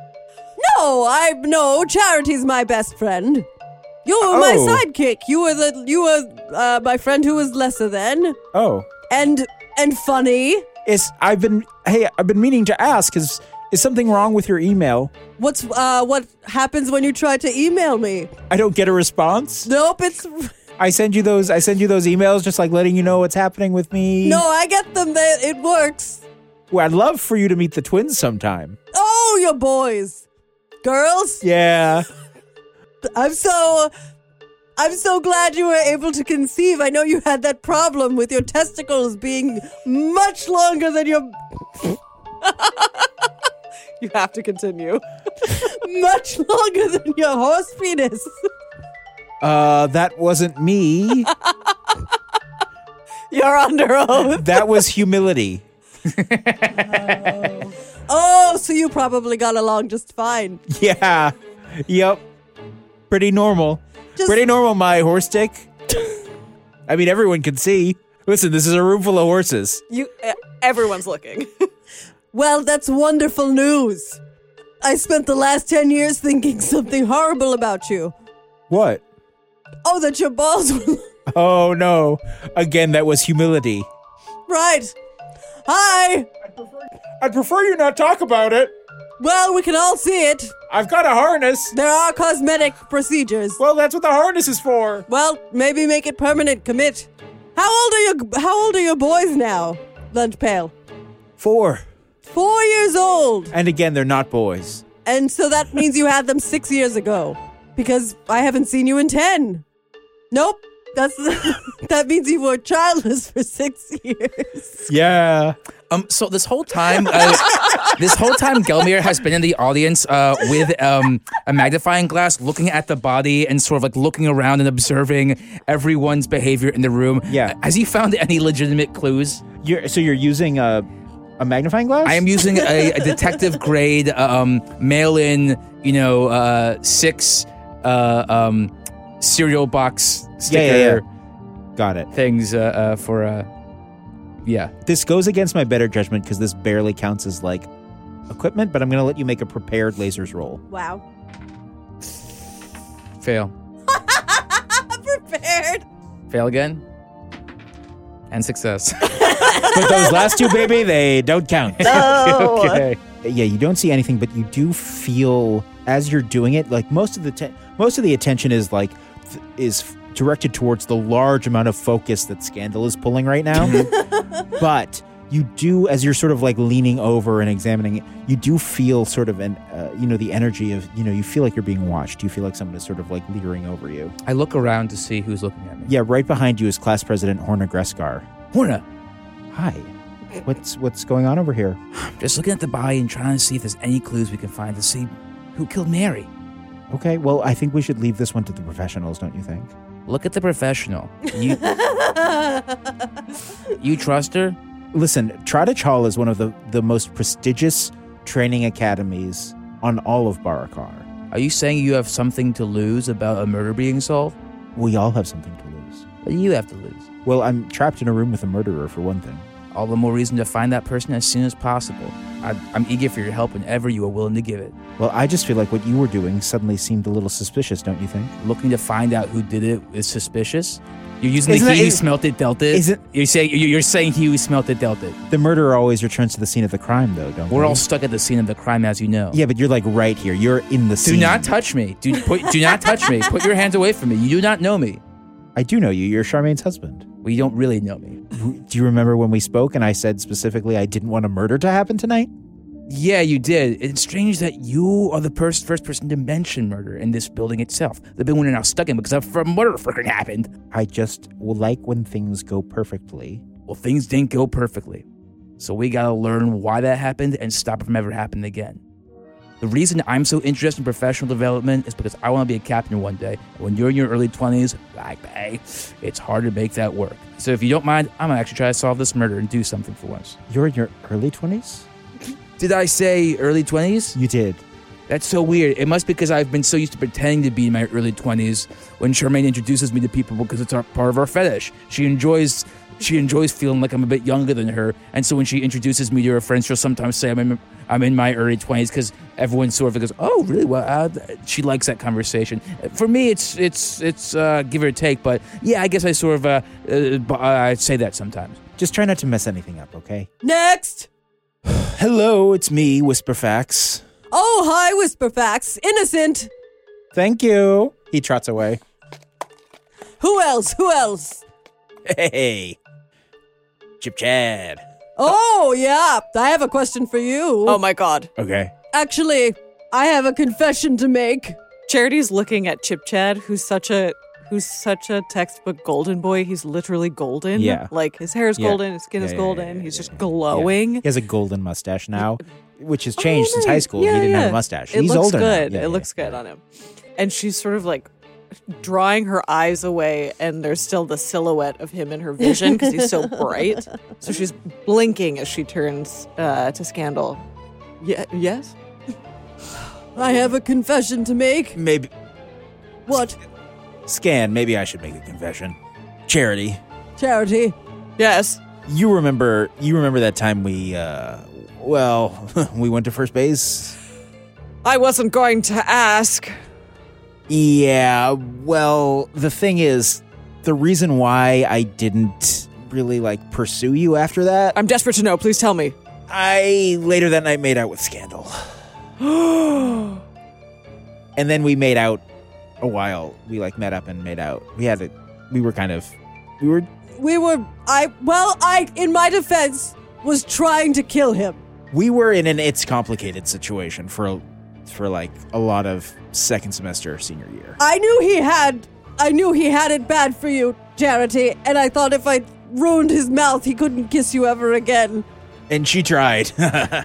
Speaker 7: No, I no. Charity's my best friend. You were my
Speaker 5: Oh.
Speaker 7: sidekick. You were the you were uh, my friend who was lesser than
Speaker 5: Oh,
Speaker 7: and and funny.
Speaker 5: it's I've been hey I've been meaning to ask is is something wrong with your email?
Speaker 7: What's uh, what happens when you try to email me?
Speaker 5: I don't get a response.
Speaker 7: Nope, it's <laughs>
Speaker 5: I send you those I send you those emails just like letting you know what's happening with me.
Speaker 7: no. I get them. They, it works.
Speaker 5: Well, I'd love for you to meet the twins sometime.
Speaker 7: Oh, your boys, girls.
Speaker 5: Yeah.
Speaker 7: I'm so I'm so glad you were able to conceive. I know you had that problem with your testicles being much longer than your
Speaker 3: You have to continue.
Speaker 7: much longer than your horse penis.
Speaker 5: Uh that wasn't
Speaker 7: <laughs>
Speaker 5: me.
Speaker 3: You're under oath.
Speaker 5: that was humility.
Speaker 7: Oh, so you probably got along just fine.
Speaker 5: Yeah. Yep. Pretty normal.
Speaker 7: Just-
Speaker 5: Pretty normal, my horse dick. I mean, everyone can see. Listen, this is a room full of horses.
Speaker 3: You, e- everyone's looking. <laughs>
Speaker 7: Well, that's wonderful news. I spent the last 10 years thinking something horrible about you.
Speaker 5: What?
Speaker 7: Oh, that your balls were <laughs>
Speaker 5: Oh, no. Again, that was humility.
Speaker 7: right. Hi.
Speaker 5: I'd prefer you not talk about it.
Speaker 7: Well, we can all see it.
Speaker 5: I've got a harness.
Speaker 7: There are cosmetic procedures.
Speaker 5: Well, that's what the harness is for.
Speaker 7: Well, maybe make it permanent. Commit. How old are your How old are your boys now? Lunch pail.
Speaker 5: Four.
Speaker 7: Four years old,
Speaker 5: And again, they're not boys.
Speaker 7: and so that means you had them six years ago, because I haven't seen you in ten. Nope. That's <laughs> that means you were childless for six years.
Speaker 5: Yeah.
Speaker 2: Um, so this whole time, I was, this whole time, Gelmir has been in the audience uh, with um, a magnifying glass, looking at the body and sort of like looking around and observing everyone's behavior in the room.
Speaker 5: Yeah.
Speaker 2: Has he found any legitimate clues?
Speaker 5: You're, so you're using a, a magnifying glass?
Speaker 2: I am using a, a detective grade um, mail-in, you know, uh, six uh, um, cereal box
Speaker 5: Yeah, yeah,
Speaker 2: sticker
Speaker 5: yeah. Got it.
Speaker 2: things uh, uh, for, uh, yeah.
Speaker 5: This goes against my better judgment because this barely counts as like equipment, but I'm going to let you make a prepared lasers roll.
Speaker 7: Wow.
Speaker 2: Fail.
Speaker 7: Prepared.
Speaker 2: Fail again. And success. <laughs>
Speaker 5: But those last two, baby, they don't count.
Speaker 3: No.
Speaker 2: okay.
Speaker 5: yeah, you don't see anything, but you do feel as you're doing it. Like most of the te- most of the attention is like th- is f- directed towards the large amount of focus that Scandal is pulling right now. <laughs> but you do, as you're sort of like leaning over and examining it, you do feel sort of an uh, you know the energy of you know you feel like you're being watched. You feel like someone is sort of like leering over you.
Speaker 2: I look around to see who's looking at me.
Speaker 5: Yeah, right behind you is Class President Horner Greskar.
Speaker 2: Horna,
Speaker 5: Hi, what's what's going on over here?
Speaker 2: I'm just looking at the body and trying to see if there's any clues we can find to see who killed Mary.
Speaker 5: Okay, well, I think we should leave this one to the professionals, don't you think?
Speaker 2: Look at the professional. You, you trust her?
Speaker 5: Listen, Tradich Hall is one of the, the most prestigious training academies on all of Barakar.
Speaker 2: Are you saying you have something to lose about a murder being solved?
Speaker 5: We all have something to lose.
Speaker 2: What do you have to lose?
Speaker 5: Well, I'm trapped in a room with a murderer, for one thing.
Speaker 2: All the more reason to find that person as soon as possible. I, I'm eager for your help whenever you are willing to give it.
Speaker 5: Well, I just feel like what you were doing suddenly seemed a little suspicious, don't you think?
Speaker 2: Looking to find out who did it is suspicious. You're using
Speaker 5: Isn't
Speaker 2: the
Speaker 5: that-
Speaker 2: he who
Speaker 5: is-
Speaker 2: smelt it dealt it.
Speaker 5: is it-
Speaker 2: You're saying you- you're saying he who smelt it dealt it.
Speaker 5: The murderer always returns to the scene of the crime, though, don't
Speaker 2: We're
Speaker 5: we?
Speaker 2: all stuck at the scene of the crime, as you know.
Speaker 5: Yeah, but you're like right here. You're in the
Speaker 2: Do
Speaker 5: scene.
Speaker 2: not touch me. Do put, do not touch me. Put your hands away from me. You do not know me.
Speaker 5: I do know you. You're Charmaine's husband.
Speaker 2: Well, you don't really know me.
Speaker 5: Do you remember when we spoke and I said specifically I didn't want a murder to happen tonight?
Speaker 2: Yeah, you did. It's strange that you are the first first person to mention murder in this building itself. The building we're now stuck in because of a murder freaking happened.
Speaker 5: I just like when things go perfectly.
Speaker 2: Well, things didn't go perfectly, so we gotta learn why that happened and stop it from ever happening again. The reason I'm so interested in professional development is because I want to be a captain one day. When you're in your early 20s, like me, it's hard to make that work. So if you don't mind, I'm gonna actually try to solve this murder and do something for once.
Speaker 5: You're in your early 20s?
Speaker 2: Did I say early 20s?
Speaker 5: You did.
Speaker 2: That's so weird. It must be because I've been so used to pretending to be in my early 20s when Charmaine introduces me to people because it's our, part of our fetish. She enjoys She enjoys feeling like I'm a bit younger than her, and so when she introduces me to her friends, she'll sometimes say I'm in, I'm in my early 20s because everyone sort of goes, "Oh, really?" Well, uh, th- she likes that conversation. For me, it's it's it's uh, give or take, but yeah, I guess I sort of uh, uh, b- I say that sometimes.
Speaker 5: Just try not to mess anything up, okay?
Speaker 7: Next!
Speaker 5: Hello, it's me, Whisperfax.
Speaker 7: Oh, hi, Whisperfax. Innocent.
Speaker 5: Thank you. He trots away. <laughs>
Speaker 7: Who else? Who else?
Speaker 5: Hey, Chip Chad.
Speaker 7: Oh, yeah. I have a question for you.
Speaker 3: Oh my god.
Speaker 5: Okay.
Speaker 7: Actually, I have a confession to make.
Speaker 3: Charity's looking at Chip Chad, who's such a who's such a textbook golden boy. He's literally golden.
Speaker 5: Yeah.
Speaker 3: Like his hair is
Speaker 5: Yeah.
Speaker 3: golden, his skin
Speaker 5: Yeah,
Speaker 3: is
Speaker 5: yeah,
Speaker 3: golden,
Speaker 5: yeah, yeah,
Speaker 3: he's
Speaker 5: yeah,
Speaker 3: just
Speaker 5: yeah.
Speaker 3: glowing.
Speaker 5: Yeah. He has a golden
Speaker 3: <laughs>
Speaker 5: mustache now, which has changed since high
Speaker 3: nice.
Speaker 5: school. he
Speaker 3: Oh, Yeah,
Speaker 5: didn't have
Speaker 3: yeah.
Speaker 5: a mustache.
Speaker 3: It
Speaker 5: He's
Speaker 3: looks
Speaker 5: older. now.
Speaker 3: good.
Speaker 5: Yeah,
Speaker 3: it
Speaker 5: yeah,
Speaker 3: looks
Speaker 5: yeah.
Speaker 3: good on him. And she's sort of like drawing her eyes away and there's still the silhouette of him in her vision because he's
Speaker 5: <laughs>
Speaker 3: so bright. So she's blinking as she turns uh, to Scandal. Yeah, yes?
Speaker 7: I have a confession to make.
Speaker 5: Maybe
Speaker 7: What?
Speaker 5: scan. Maybe I should make a confession. Charity,
Speaker 7: Charity.
Speaker 3: Yes.
Speaker 5: you remember? You remember that time we? uh Well, <laughs> we went to first base.
Speaker 3: I wasn't going to ask.
Speaker 5: Yeah, well, the thing is, the reason why I didn't really like pursue you after that,
Speaker 3: I'm desperate to know. Please tell me.
Speaker 5: I later that night made out with Scandal. and then we made out a while. We like met up and made out. We had a we were kind of we were
Speaker 7: We were. I. Well, I, in my defense, was trying to kill him.
Speaker 5: we were in an it's complicated situation for a- for like a lot of second semester senior year.
Speaker 7: I knew he had. I knew he had it bad for you, Charity, and I thought if I ruined his mouth, he couldn't kiss you ever again.
Speaker 5: And she tried. <laughs>
Speaker 7: I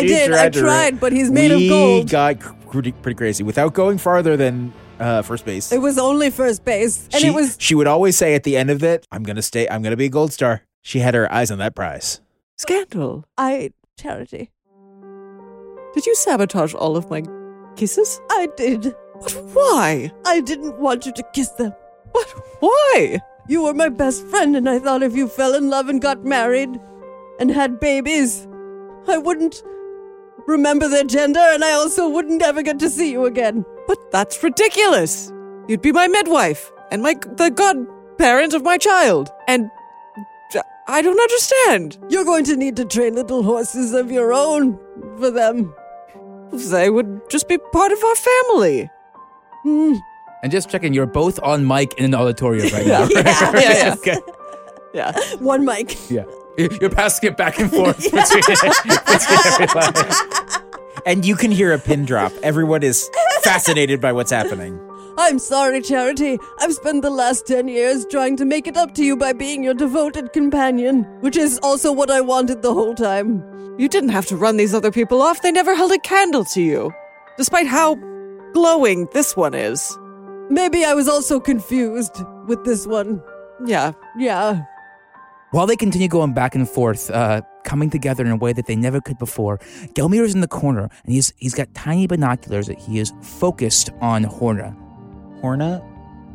Speaker 5: She
Speaker 7: did. I
Speaker 5: tried to ru-
Speaker 7: tried, but he's made
Speaker 5: we
Speaker 7: of gold.
Speaker 5: got cr- pretty, pretty crazy without going farther than uh, first base.
Speaker 7: it was only first base, and
Speaker 5: she,
Speaker 7: it was
Speaker 5: she would always say at the end of it, "I'm gonna stay. I'm gonna be a gold star." She had her eyes on that prize.
Speaker 3: Scandal,
Speaker 7: I Charity.
Speaker 3: did you sabotage all of my kisses?
Speaker 7: I did.
Speaker 3: What? Why?
Speaker 7: I didn't want you to kiss them.
Speaker 3: What? Why?
Speaker 7: You were my best friend, and I thought if you fell in love and got married and had babies, I wouldn't remember their gender, and I also wouldn't ever get to see you again.
Speaker 3: But that's ridiculous. You'd be my midwife and my the godparent of my child. And uh, I don't understand.
Speaker 7: You're going to need to train little horses of your own for them.
Speaker 3: They would just be part of our family.
Speaker 7: Hmm.
Speaker 2: And just checking, you're both on mic in an auditorium
Speaker 3: <laughs>
Speaker 2: right now.
Speaker 3: Yeah,
Speaker 2: <laughs>
Speaker 3: yeah. yeah.
Speaker 7: One mic.
Speaker 2: yeah. You're passing it back and
Speaker 3: <laughs>
Speaker 2: forth between
Speaker 5: And you can hear a pin
Speaker 7: <laughs>
Speaker 5: drop. Everyone is fascinated by what's happening.
Speaker 7: I'm sorry, Charity. I've spent the last 10 years trying to make it up to you by being your devoted companion, which is also what I wanted the whole time.
Speaker 3: You didn't have to run these other people off. They never held a candle to you, despite how glowing this one is.
Speaker 7: Maybe I was also confused with this one.
Speaker 3: Yeah.
Speaker 7: Yeah.
Speaker 2: While they continue going back and forth, uh, coming together in a way that they never could before, Gelmir is in the corner and he's he's got tiny binoculars that he is focused on Horna.
Speaker 5: Horna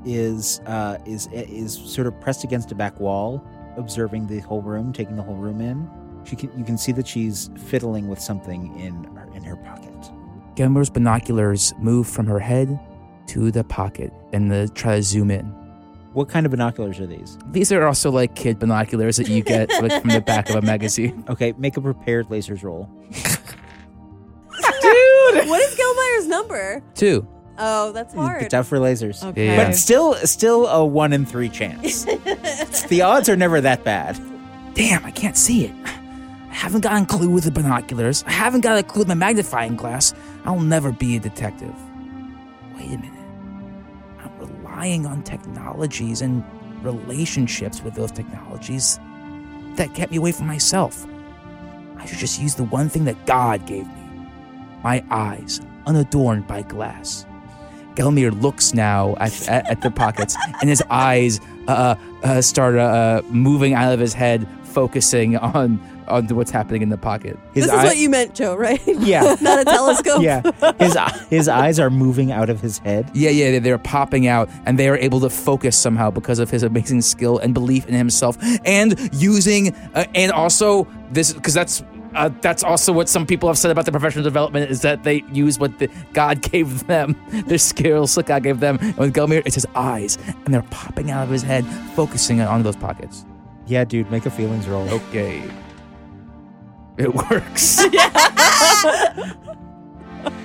Speaker 5: is uh, is is sort of pressed against a back wall, observing the whole room, taking the whole room in. She can, you can see that she's fiddling with something in her, in her pocket.
Speaker 2: Gelmir's binoculars move from her head to the pocket and they try to zoom in.
Speaker 5: What kind of binoculars are these?
Speaker 2: These are also like kid binoculars that you get like, from the back of a
Speaker 5: <laughs>
Speaker 2: magazine.
Speaker 5: Okay, make a prepared lasers roll.
Speaker 7: What is Gilmire's number?
Speaker 2: Two.
Speaker 7: Oh, that's
Speaker 5: It's out for lasers.
Speaker 2: Okay.
Speaker 5: But still, still a one in three chance. the odds are never that bad.
Speaker 2: Damn, I can't see it. I haven't got a clue with the binoculars. I haven't got a clue with my magnifying glass. I'll never be a detective. Wait a minute. I'm relying on technologies and relationships with those technologies that kept me away from myself. I should just use the one thing that God gave me my eyes, unadorned by glass. Gelmir looks now at, at, at the pockets, and his uh, eyes uh, uh, start uh, uh, moving out of his head, focusing on onto what's happening in the pocket.
Speaker 5: His
Speaker 4: this is
Speaker 5: eye-
Speaker 4: what you meant, Joe, right?
Speaker 5: <laughs> Yeah.
Speaker 4: <laughs> Not a telescope.
Speaker 5: yeah. His his eyes are moving out of his head.
Speaker 2: Yeah, yeah, they- they're popping out, and they are able to focus somehow because of his amazing skill and belief in himself, and using, uh, and also this because that's. Uh, that's also what some people have said about the professional development is that they use what the, God <laughs> gave them, their skills that God gave them. And with Gelmir, it's his eyes, and they're popping out of his head, focusing on those pockets.
Speaker 5: Yeah, dude, make a feelings roll.
Speaker 2: Okay, it <laughs> works.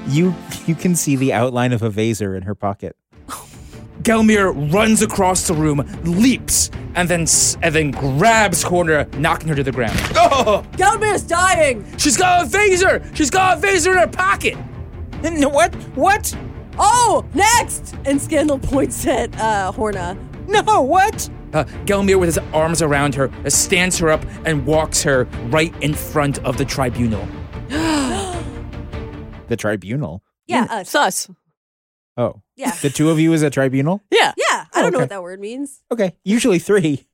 Speaker 5: You you can see the outline of a vaser in her pocket.
Speaker 2: Gelmir runs across the room, leaps, and then s- and then grabs Corner, knocking her to the ground. Oh!
Speaker 4: Gelmir's dying.
Speaker 2: She's got a phaser! She's got a phaser in her pocket!
Speaker 5: What? What?
Speaker 4: Oh, next! And Scandal points at uh, Horna.
Speaker 5: No, what?
Speaker 2: Uh, Gelmir, with his arms around her, uh, stands her up and walks her right in front of the tribunal.
Speaker 5: The tribunal.
Speaker 4: Yeah,
Speaker 3: Mm,
Speaker 4: us.
Speaker 3: sus.
Speaker 5: Oh.
Speaker 4: Yeah.
Speaker 5: The two of you is a tribunal?
Speaker 3: Yeah.
Speaker 4: Yeah, I don't know
Speaker 5: okay.
Speaker 4: what that word means.
Speaker 5: Okay. Usually three.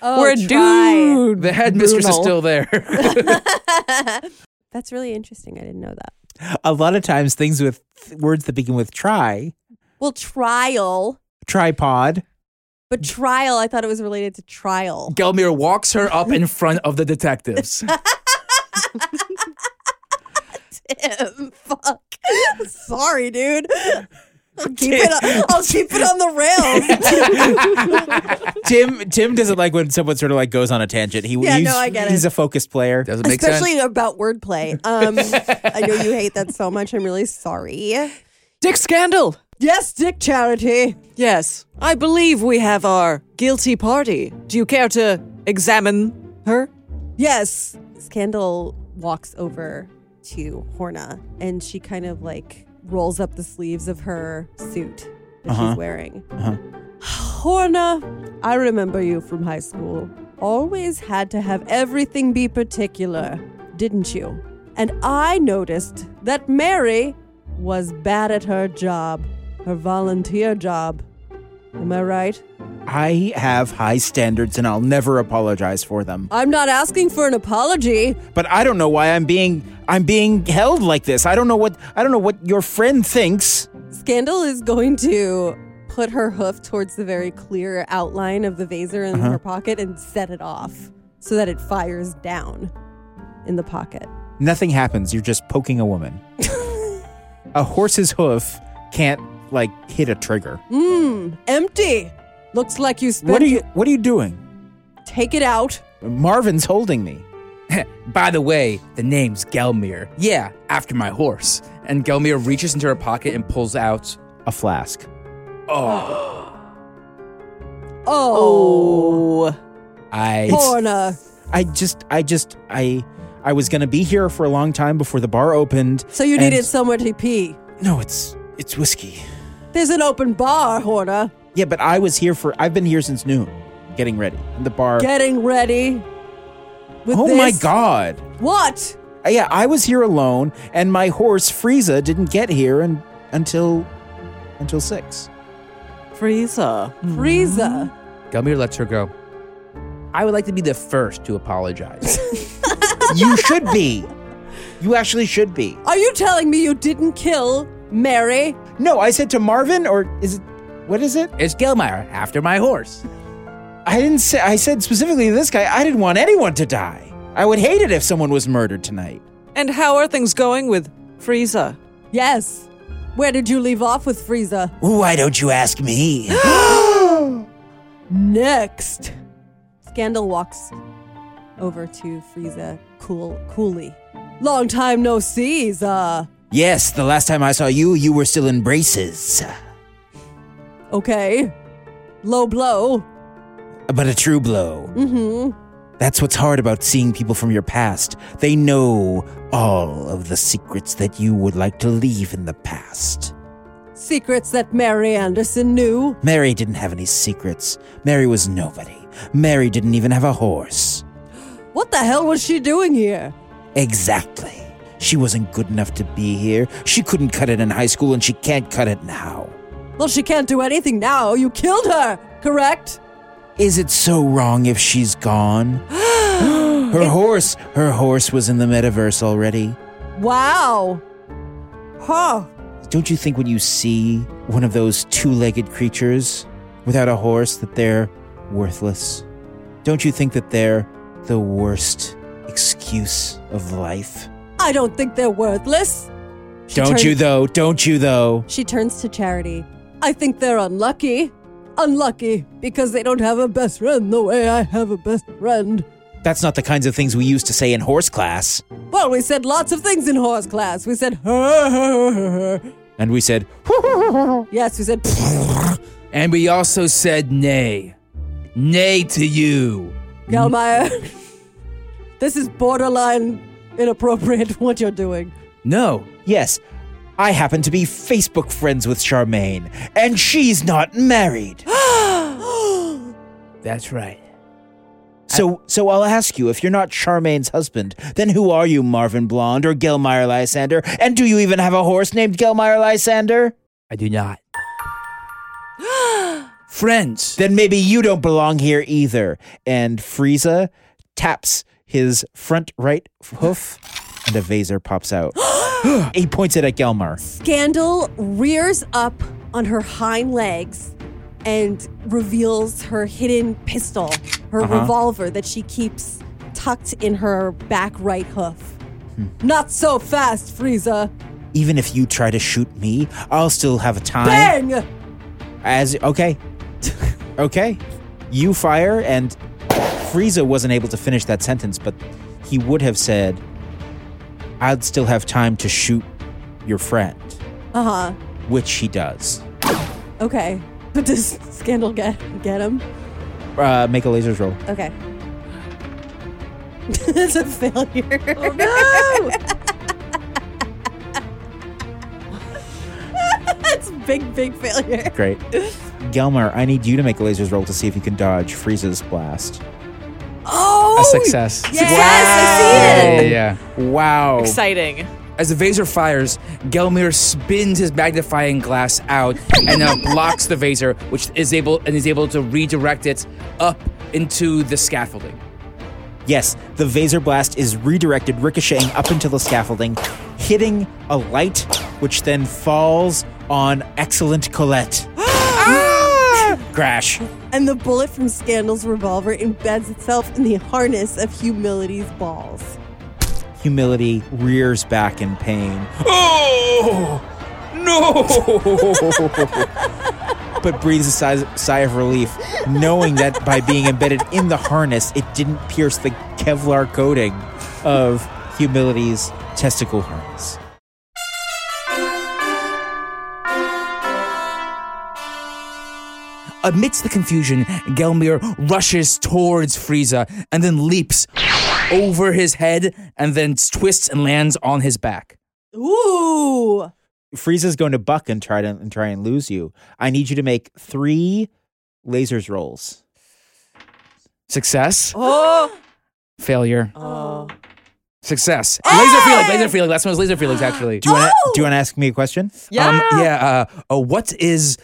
Speaker 4: Oh,
Speaker 3: We're a
Speaker 4: try.
Speaker 3: dude.
Speaker 2: The headmistress is
Speaker 3: Tribunal.
Speaker 2: still there. <laughs>
Speaker 4: That's really interesting. I didn't know that.
Speaker 5: A lot of times things with words that begin with try,
Speaker 4: Well, trial,
Speaker 5: tripod.
Speaker 4: but trial, I thought it was related to trial.
Speaker 2: Gelmir walks her up in front of the
Speaker 5: <laughs>
Speaker 2: detectives.
Speaker 4: Damn, <laughs> fuck. Sorry, dude. I'll keep, it on, I'll keep it on the rails.
Speaker 5: Tim Tim doesn't like when someone sort of like goes on a tangent. He
Speaker 4: Yeah,
Speaker 5: he's,
Speaker 4: no, I get it.
Speaker 5: he's a focused player.
Speaker 2: Doesn't make
Speaker 4: Especially
Speaker 2: sense.
Speaker 4: about wordplay. Um, I know you hate that so much. I'm really sorry.
Speaker 3: Dick Scandal.
Speaker 4: Yes, Dick Charity.
Speaker 3: Yes. I believe we have our guilty party. Do you care to examine her?
Speaker 4: Yes. Scandal walks over to Horna and she kind of like rolls up the sleeves of her suit that
Speaker 5: Uh-huh.
Speaker 4: she's wearing.
Speaker 5: Uh-huh.
Speaker 4: Horna, I remember you from high school. Always had to have everything be particular, didn't you? And I noticed that Mary was bad at her job, her volunteer job. Am I right?
Speaker 5: I have high standards and I'll never apologize for them.
Speaker 4: I'm not asking for an apology.
Speaker 5: But I don't know why I'm being I'm being held like this. I don't know what I don't know what your friend thinks.
Speaker 4: Scandal is going to put her hoof towards the very clear outline of the vaser in
Speaker 5: Uh-huh.
Speaker 4: her pocket and set it off so that it fires down in the pocket.
Speaker 5: Nothing happens. You're just poking a
Speaker 4: <laughs>
Speaker 5: woman. a horse's hoof can't like hit a trigger.
Speaker 4: Mmm, empty. Looks like you spent.
Speaker 5: What are you what are you doing?
Speaker 4: Take it out.
Speaker 5: Marvin's holding me.
Speaker 2: <laughs> By the way, the name's Gelmir. Yeah, after my horse. And Gelmir reaches into her pocket and pulls out.
Speaker 5: A flask.
Speaker 2: Oh,
Speaker 4: Oh,
Speaker 2: I.
Speaker 4: Horna.
Speaker 5: I just I just I I was gonna be here for a long time before the bar opened.
Speaker 4: So you
Speaker 5: and-
Speaker 4: needed somewhere to pee.
Speaker 5: No, it's it's whiskey.
Speaker 4: There's an open bar, Horna.
Speaker 5: Yeah, but I was here for I've been here since noon, getting ready. And the bar
Speaker 4: Getting ready. With
Speaker 5: Oh my
Speaker 4: this-
Speaker 5: god. Uh,
Speaker 4: What?
Speaker 5: Yeah, I was here alone, and my horse Frieza didn't get here and, until
Speaker 4: <laughs>
Speaker 5: until six.
Speaker 3: Frieza.
Speaker 4: Frieza.
Speaker 2: Gelmir lets her go. I would like to be the first to
Speaker 5: <laughs>
Speaker 2: apologize.
Speaker 5: you should be. You actually should be.
Speaker 4: Are you telling me you didn't kill Mary?
Speaker 5: No, I said to Marvin, or is it what is it?
Speaker 2: it's Gelmir, after my horse.
Speaker 5: I didn't say. I said specifically to this guy. I didn't want anyone to die. I would hate it if someone was murdered tonight.
Speaker 3: And how are things going with Frieza?
Speaker 4: Yes. Where did you leave off with Frieza?
Speaker 5: Why don't you ask me?
Speaker 4: Next. Scandal walks over to Frieza cool coolly. Long time no sees, uh.
Speaker 5: <gasps> yes, the last time I saw you, you were still in braces.
Speaker 4: Okay. Low blow.
Speaker 5: But a true blow.
Speaker 4: Mm-hmm.
Speaker 5: That's what's hard about seeing people from your past. They know all of the secrets that you would like to leave in the past.
Speaker 4: Secrets that Mary Anderson knew.
Speaker 5: Mary didn't have any secrets. Mary was nobody. Mary didn't even have a horse.
Speaker 4: What the hell was she doing here?
Speaker 5: Exactly. She wasn't good enough to be here. She couldn't cut it in high school and she can't cut it now.
Speaker 4: Well, she can't do anything now. You killed her, correct?
Speaker 5: Is it so wrong if she's gone? <gasps> Her horse, her horse was in the metaverse already.
Speaker 4: Wow. Huh.
Speaker 5: Don't you think when you see one of those two-legged creatures without a horse that they're worthless? Don't you think that they're the worst excuse of life?
Speaker 4: I don't think they're worthless. She
Speaker 5: Don't
Speaker 4: turns-
Speaker 5: you though? Don't you though?
Speaker 4: She turns to Charity. I think they're unlucky. Unlucky because they don't have a best friend the way I have a best friend.
Speaker 5: That's not the kinds of things we used to say in horse class.
Speaker 4: Well, we said lots of things in horse class. We said, her, her, her, her.
Speaker 5: And we said,
Speaker 4: yes, we said,
Speaker 2: <laughs> And we also said nay. Nay to you.
Speaker 4: Galmeyer, <laughs> this is borderline inappropriate <laughs> what you're doing.
Speaker 2: No.
Speaker 5: Yes, I happen to be Facebook friends with Charmaine, and she's not married.
Speaker 2: That's right.
Speaker 5: so, so I'll ask you: if you're not Charmaine's husband, then who are you, Marvin Blonde or Gelmeyer Lysander? And do you even have a horse named Gelmeyer Lysander?
Speaker 2: I do
Speaker 5: <gasps>
Speaker 2: not. Friends.
Speaker 5: Then maybe you don't belong here either. And Frieza taps his front right hoof, and a vaser pops out. he points it at Gelmar.
Speaker 4: Scandal rears up on her hind legs and reveals her hidden pistol, her revolver that she keeps tucked in her back right hoof. Not so fast, Frieza.
Speaker 5: Even if you try to shoot me, I'll still have a time.
Speaker 4: Bang!
Speaker 5: As okay, <laughs> okay, you fire and Frieza wasn't able to finish that sentence, but he would have said, "I'd still have time to shoot your friend,"
Speaker 4: Uh huh.
Speaker 5: which he does.
Speaker 4: Okay. <laughs> But does Scandal get get him?
Speaker 5: Uh, make a lasers roll.
Speaker 4: Okay. <laughs> That's a failure. <laughs> That's a big, big failure.
Speaker 5: Great, Gelmar. I need you to make a lasers roll to see if you can dodge Frieza's blast.
Speaker 4: Oh!
Speaker 2: A success.
Speaker 4: Yes, I see it!
Speaker 2: yeah. Wow.
Speaker 3: Exciting.
Speaker 2: As the Vaser fires, Gelmir spins his magnifying glass out and now blocks the Vaser, which is able and is able to redirect it up into the scaffolding.
Speaker 5: Yes, the Vaser Blast is redirected, ricocheting up into the scaffolding, hitting a light, which then falls on excellent Colette. Ah! Crash.
Speaker 4: And the bullet from Scandal's revolver embeds itself in the harness of humility's balls.
Speaker 5: Humility rears back in pain,
Speaker 2: Oh no!
Speaker 5: <laughs> but breathes a sigh, sigh of relief, knowing that by being embedded in the harness, it didn't pierce the Kevlar coating of humility's testicle harness.
Speaker 2: Amidst the confusion, Gelmir rushes towards Frieza uh, and then leaps over his head and then twists and lands on his back.
Speaker 4: Ooh!
Speaker 5: Frieza's going to buck and try to and try and lose you. I need you to make three lasers rolls.
Speaker 3: <gasps>
Speaker 2: Success.
Speaker 3: Oh,
Speaker 2: Failure.
Speaker 3: oh.
Speaker 2: Success. Laser Felix. Laser Felix. That's one was Laser Felix, actually.
Speaker 5: Do you want to do you want to ask me a question?
Speaker 3: yeah.
Speaker 2: Um, yeah. Uh, uh, what is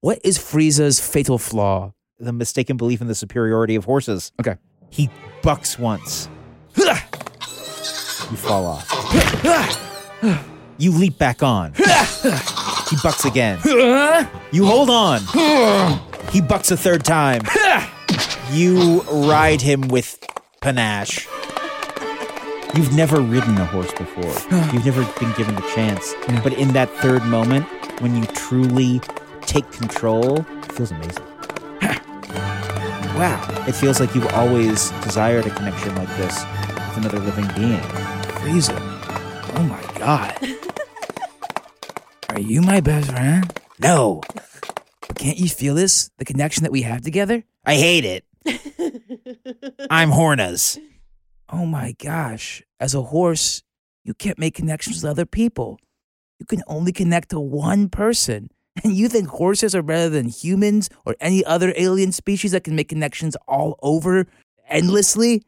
Speaker 2: what is Frieza's fatal flaw?
Speaker 5: The mistaken belief in the superiority of horses.
Speaker 2: Okay.
Speaker 5: He bucks once. You fall off. You leap back on. He bucks again. You hold on. He bucks a third time. You ride him with panache. You've never ridden a horse before. You've never been given the chance. But in that third moment, when you truly take control, it feels amazing. wow. It feels like you've always desired a connection like this with another living being.
Speaker 2: Frieza. Oh my god. Are you my best friend? No. But can't you feel this? The connection that we have together?
Speaker 5: I hate it. I'm Hornas.
Speaker 2: Oh my gosh. As a horse, you can't make connections with other people. You can only connect to one person. <laughs> And you think horses are better than humans or any other alien species that can make connections all over endlessly?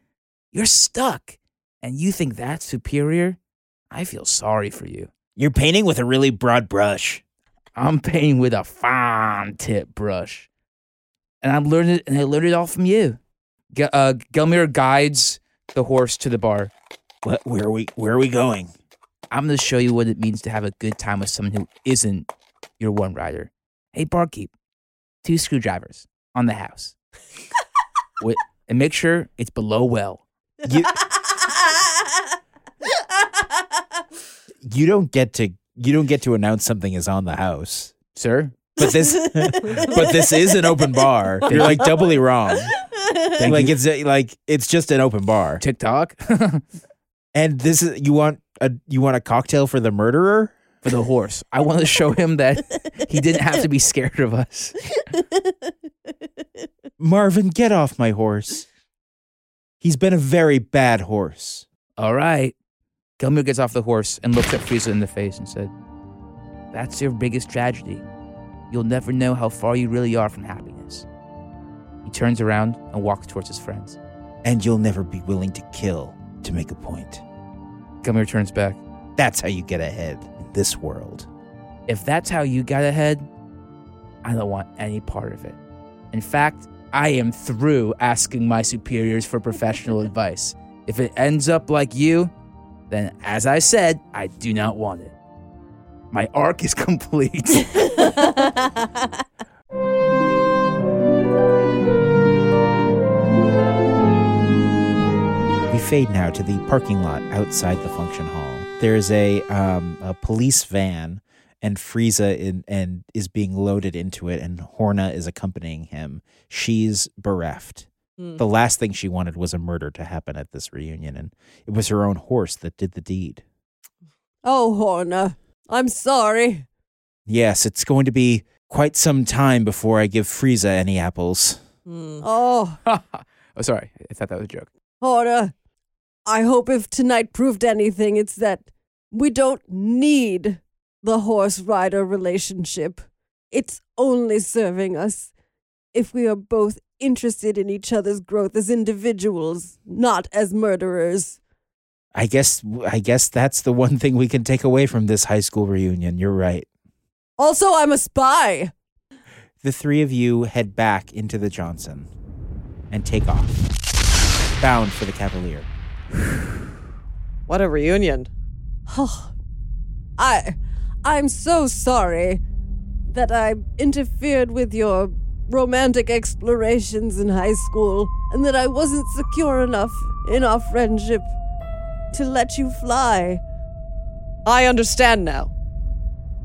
Speaker 2: You're stuck. And you think that's superior? I feel sorry for you.
Speaker 5: You're painting with a really broad brush.
Speaker 2: I'm painting with a fine tip brush, and I'm learning, and I learned it all from you. G- uh, Gelmir guides the horse to the bar.
Speaker 5: What, where are we? Where are we going?
Speaker 2: I'm going to show you what it means to have a good time with someone who isn't your one rider. Hey, barkeep, two screwdrivers on the house. Wi- and make sure it's below well.
Speaker 5: You, you don't get to you don't get to announce something is on the house.
Speaker 2: Sir,
Speaker 5: But this but this is an open bar. You're like doubly wrong. like it's a- like it's just an open bar.
Speaker 2: TikTok <laughs>
Speaker 5: And this is you want a you want a cocktail for the murderer?
Speaker 2: for the horse. I want to show him that he didn't have to be scared of us.
Speaker 5: Marvin, get off my horse. He's been a very bad horse.
Speaker 2: All right. Gilmore gets off the horse and looks at Frieza in the face and said, That's your biggest tragedy. You'll never know how far you really are from happiness. He turns around and walks towards his friends.
Speaker 5: And you'll never be willing to kill to make a point.
Speaker 2: Gilmore turns back.
Speaker 5: That's how you get ahead in this world.
Speaker 2: If that's how you got ahead, I don't want any part of it. In fact, I am through asking my superiors for professional advice. If it ends up like you, then as I said, I do not want it. My arc is <laughs> complete.
Speaker 5: We fade now to the parking lot outside the function hall. There is a um, a police van, and Frieza in, and is being loaded into it, and Horna is accompanying him. She's bereft. The last thing she wanted was a murder to happen at this reunion, and it was her own horse that did the deed.
Speaker 7: Oh, Horner, I'm sorry.
Speaker 5: Yes, it's going to be quite some time before I give Frieza any apples.
Speaker 7: Oh,
Speaker 2: oh, sorry. I thought that was a joke.
Speaker 7: Horner, I hope if tonight proved anything, it's that we don't need the horse rider relationship. It's only serving us if we are both interested in each other's growth as individuals, not as murderers.
Speaker 5: I guess I guess that's the one thing we can take away from this high school reunion. You're right.
Speaker 7: Also, I'm a spy.
Speaker 5: the three of you head back into the Johnson and take off, bound for the Cavalier.
Speaker 3: What a reunion.
Speaker 7: I I'm so sorry that I interfered with your romantic explorations in high school and that I wasn't secure enough in our friendship to let you fly.
Speaker 3: I understand now.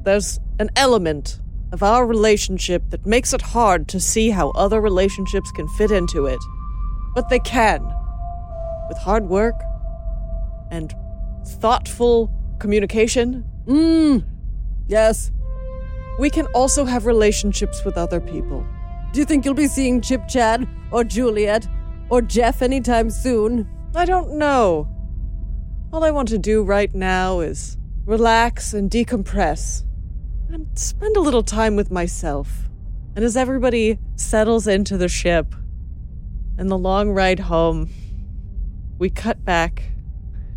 Speaker 3: There's an element of our relationship that makes it hard to see how other relationships can fit into it. But they can. With hard work and thoughtful communication,
Speaker 7: Mm. Yes.
Speaker 3: we can also have relationships with other people.
Speaker 7: Do you think you'll be seeing Chip Chad or Juliet or Jeff anytime soon?
Speaker 3: I don't know. All I want to do right now is relax and decompress and spend a little time with myself. And as everybody settles into the ship and the long ride home, we cut back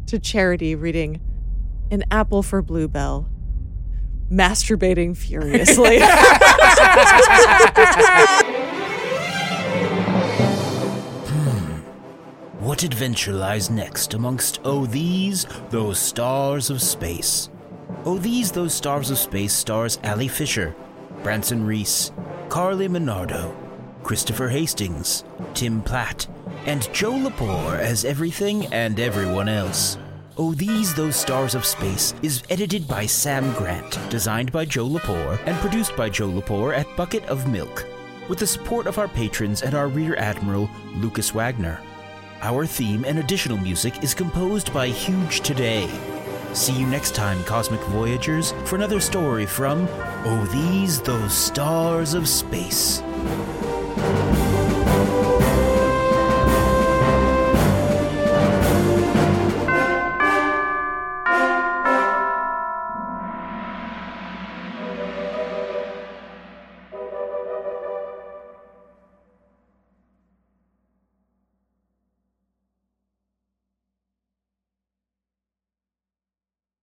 Speaker 3: to Charity reading An Apple for Bluebell, masturbating furiously. <laughs>
Speaker 1: What adventure lies next amongst, oh, these, those stars of space? Oh, these, those stars of space stars Ali Fisher, Branson Reese, Carly Minardo, Christopher Hastings, Tim Platt, and Joe Lepore as everything and everyone else. Oh, These Those Stars of Space is edited by Sam Grant, designed by Joe Lepore, and produced by Joe Lepore at Bucket of Milk, with the support of our patrons and our Rear Admiral, Lucas Wagner. Our theme and additional music is composed by Huge Today. See you next time, Cosmic Voyagers, for another story from Oh These Those Stars of Space.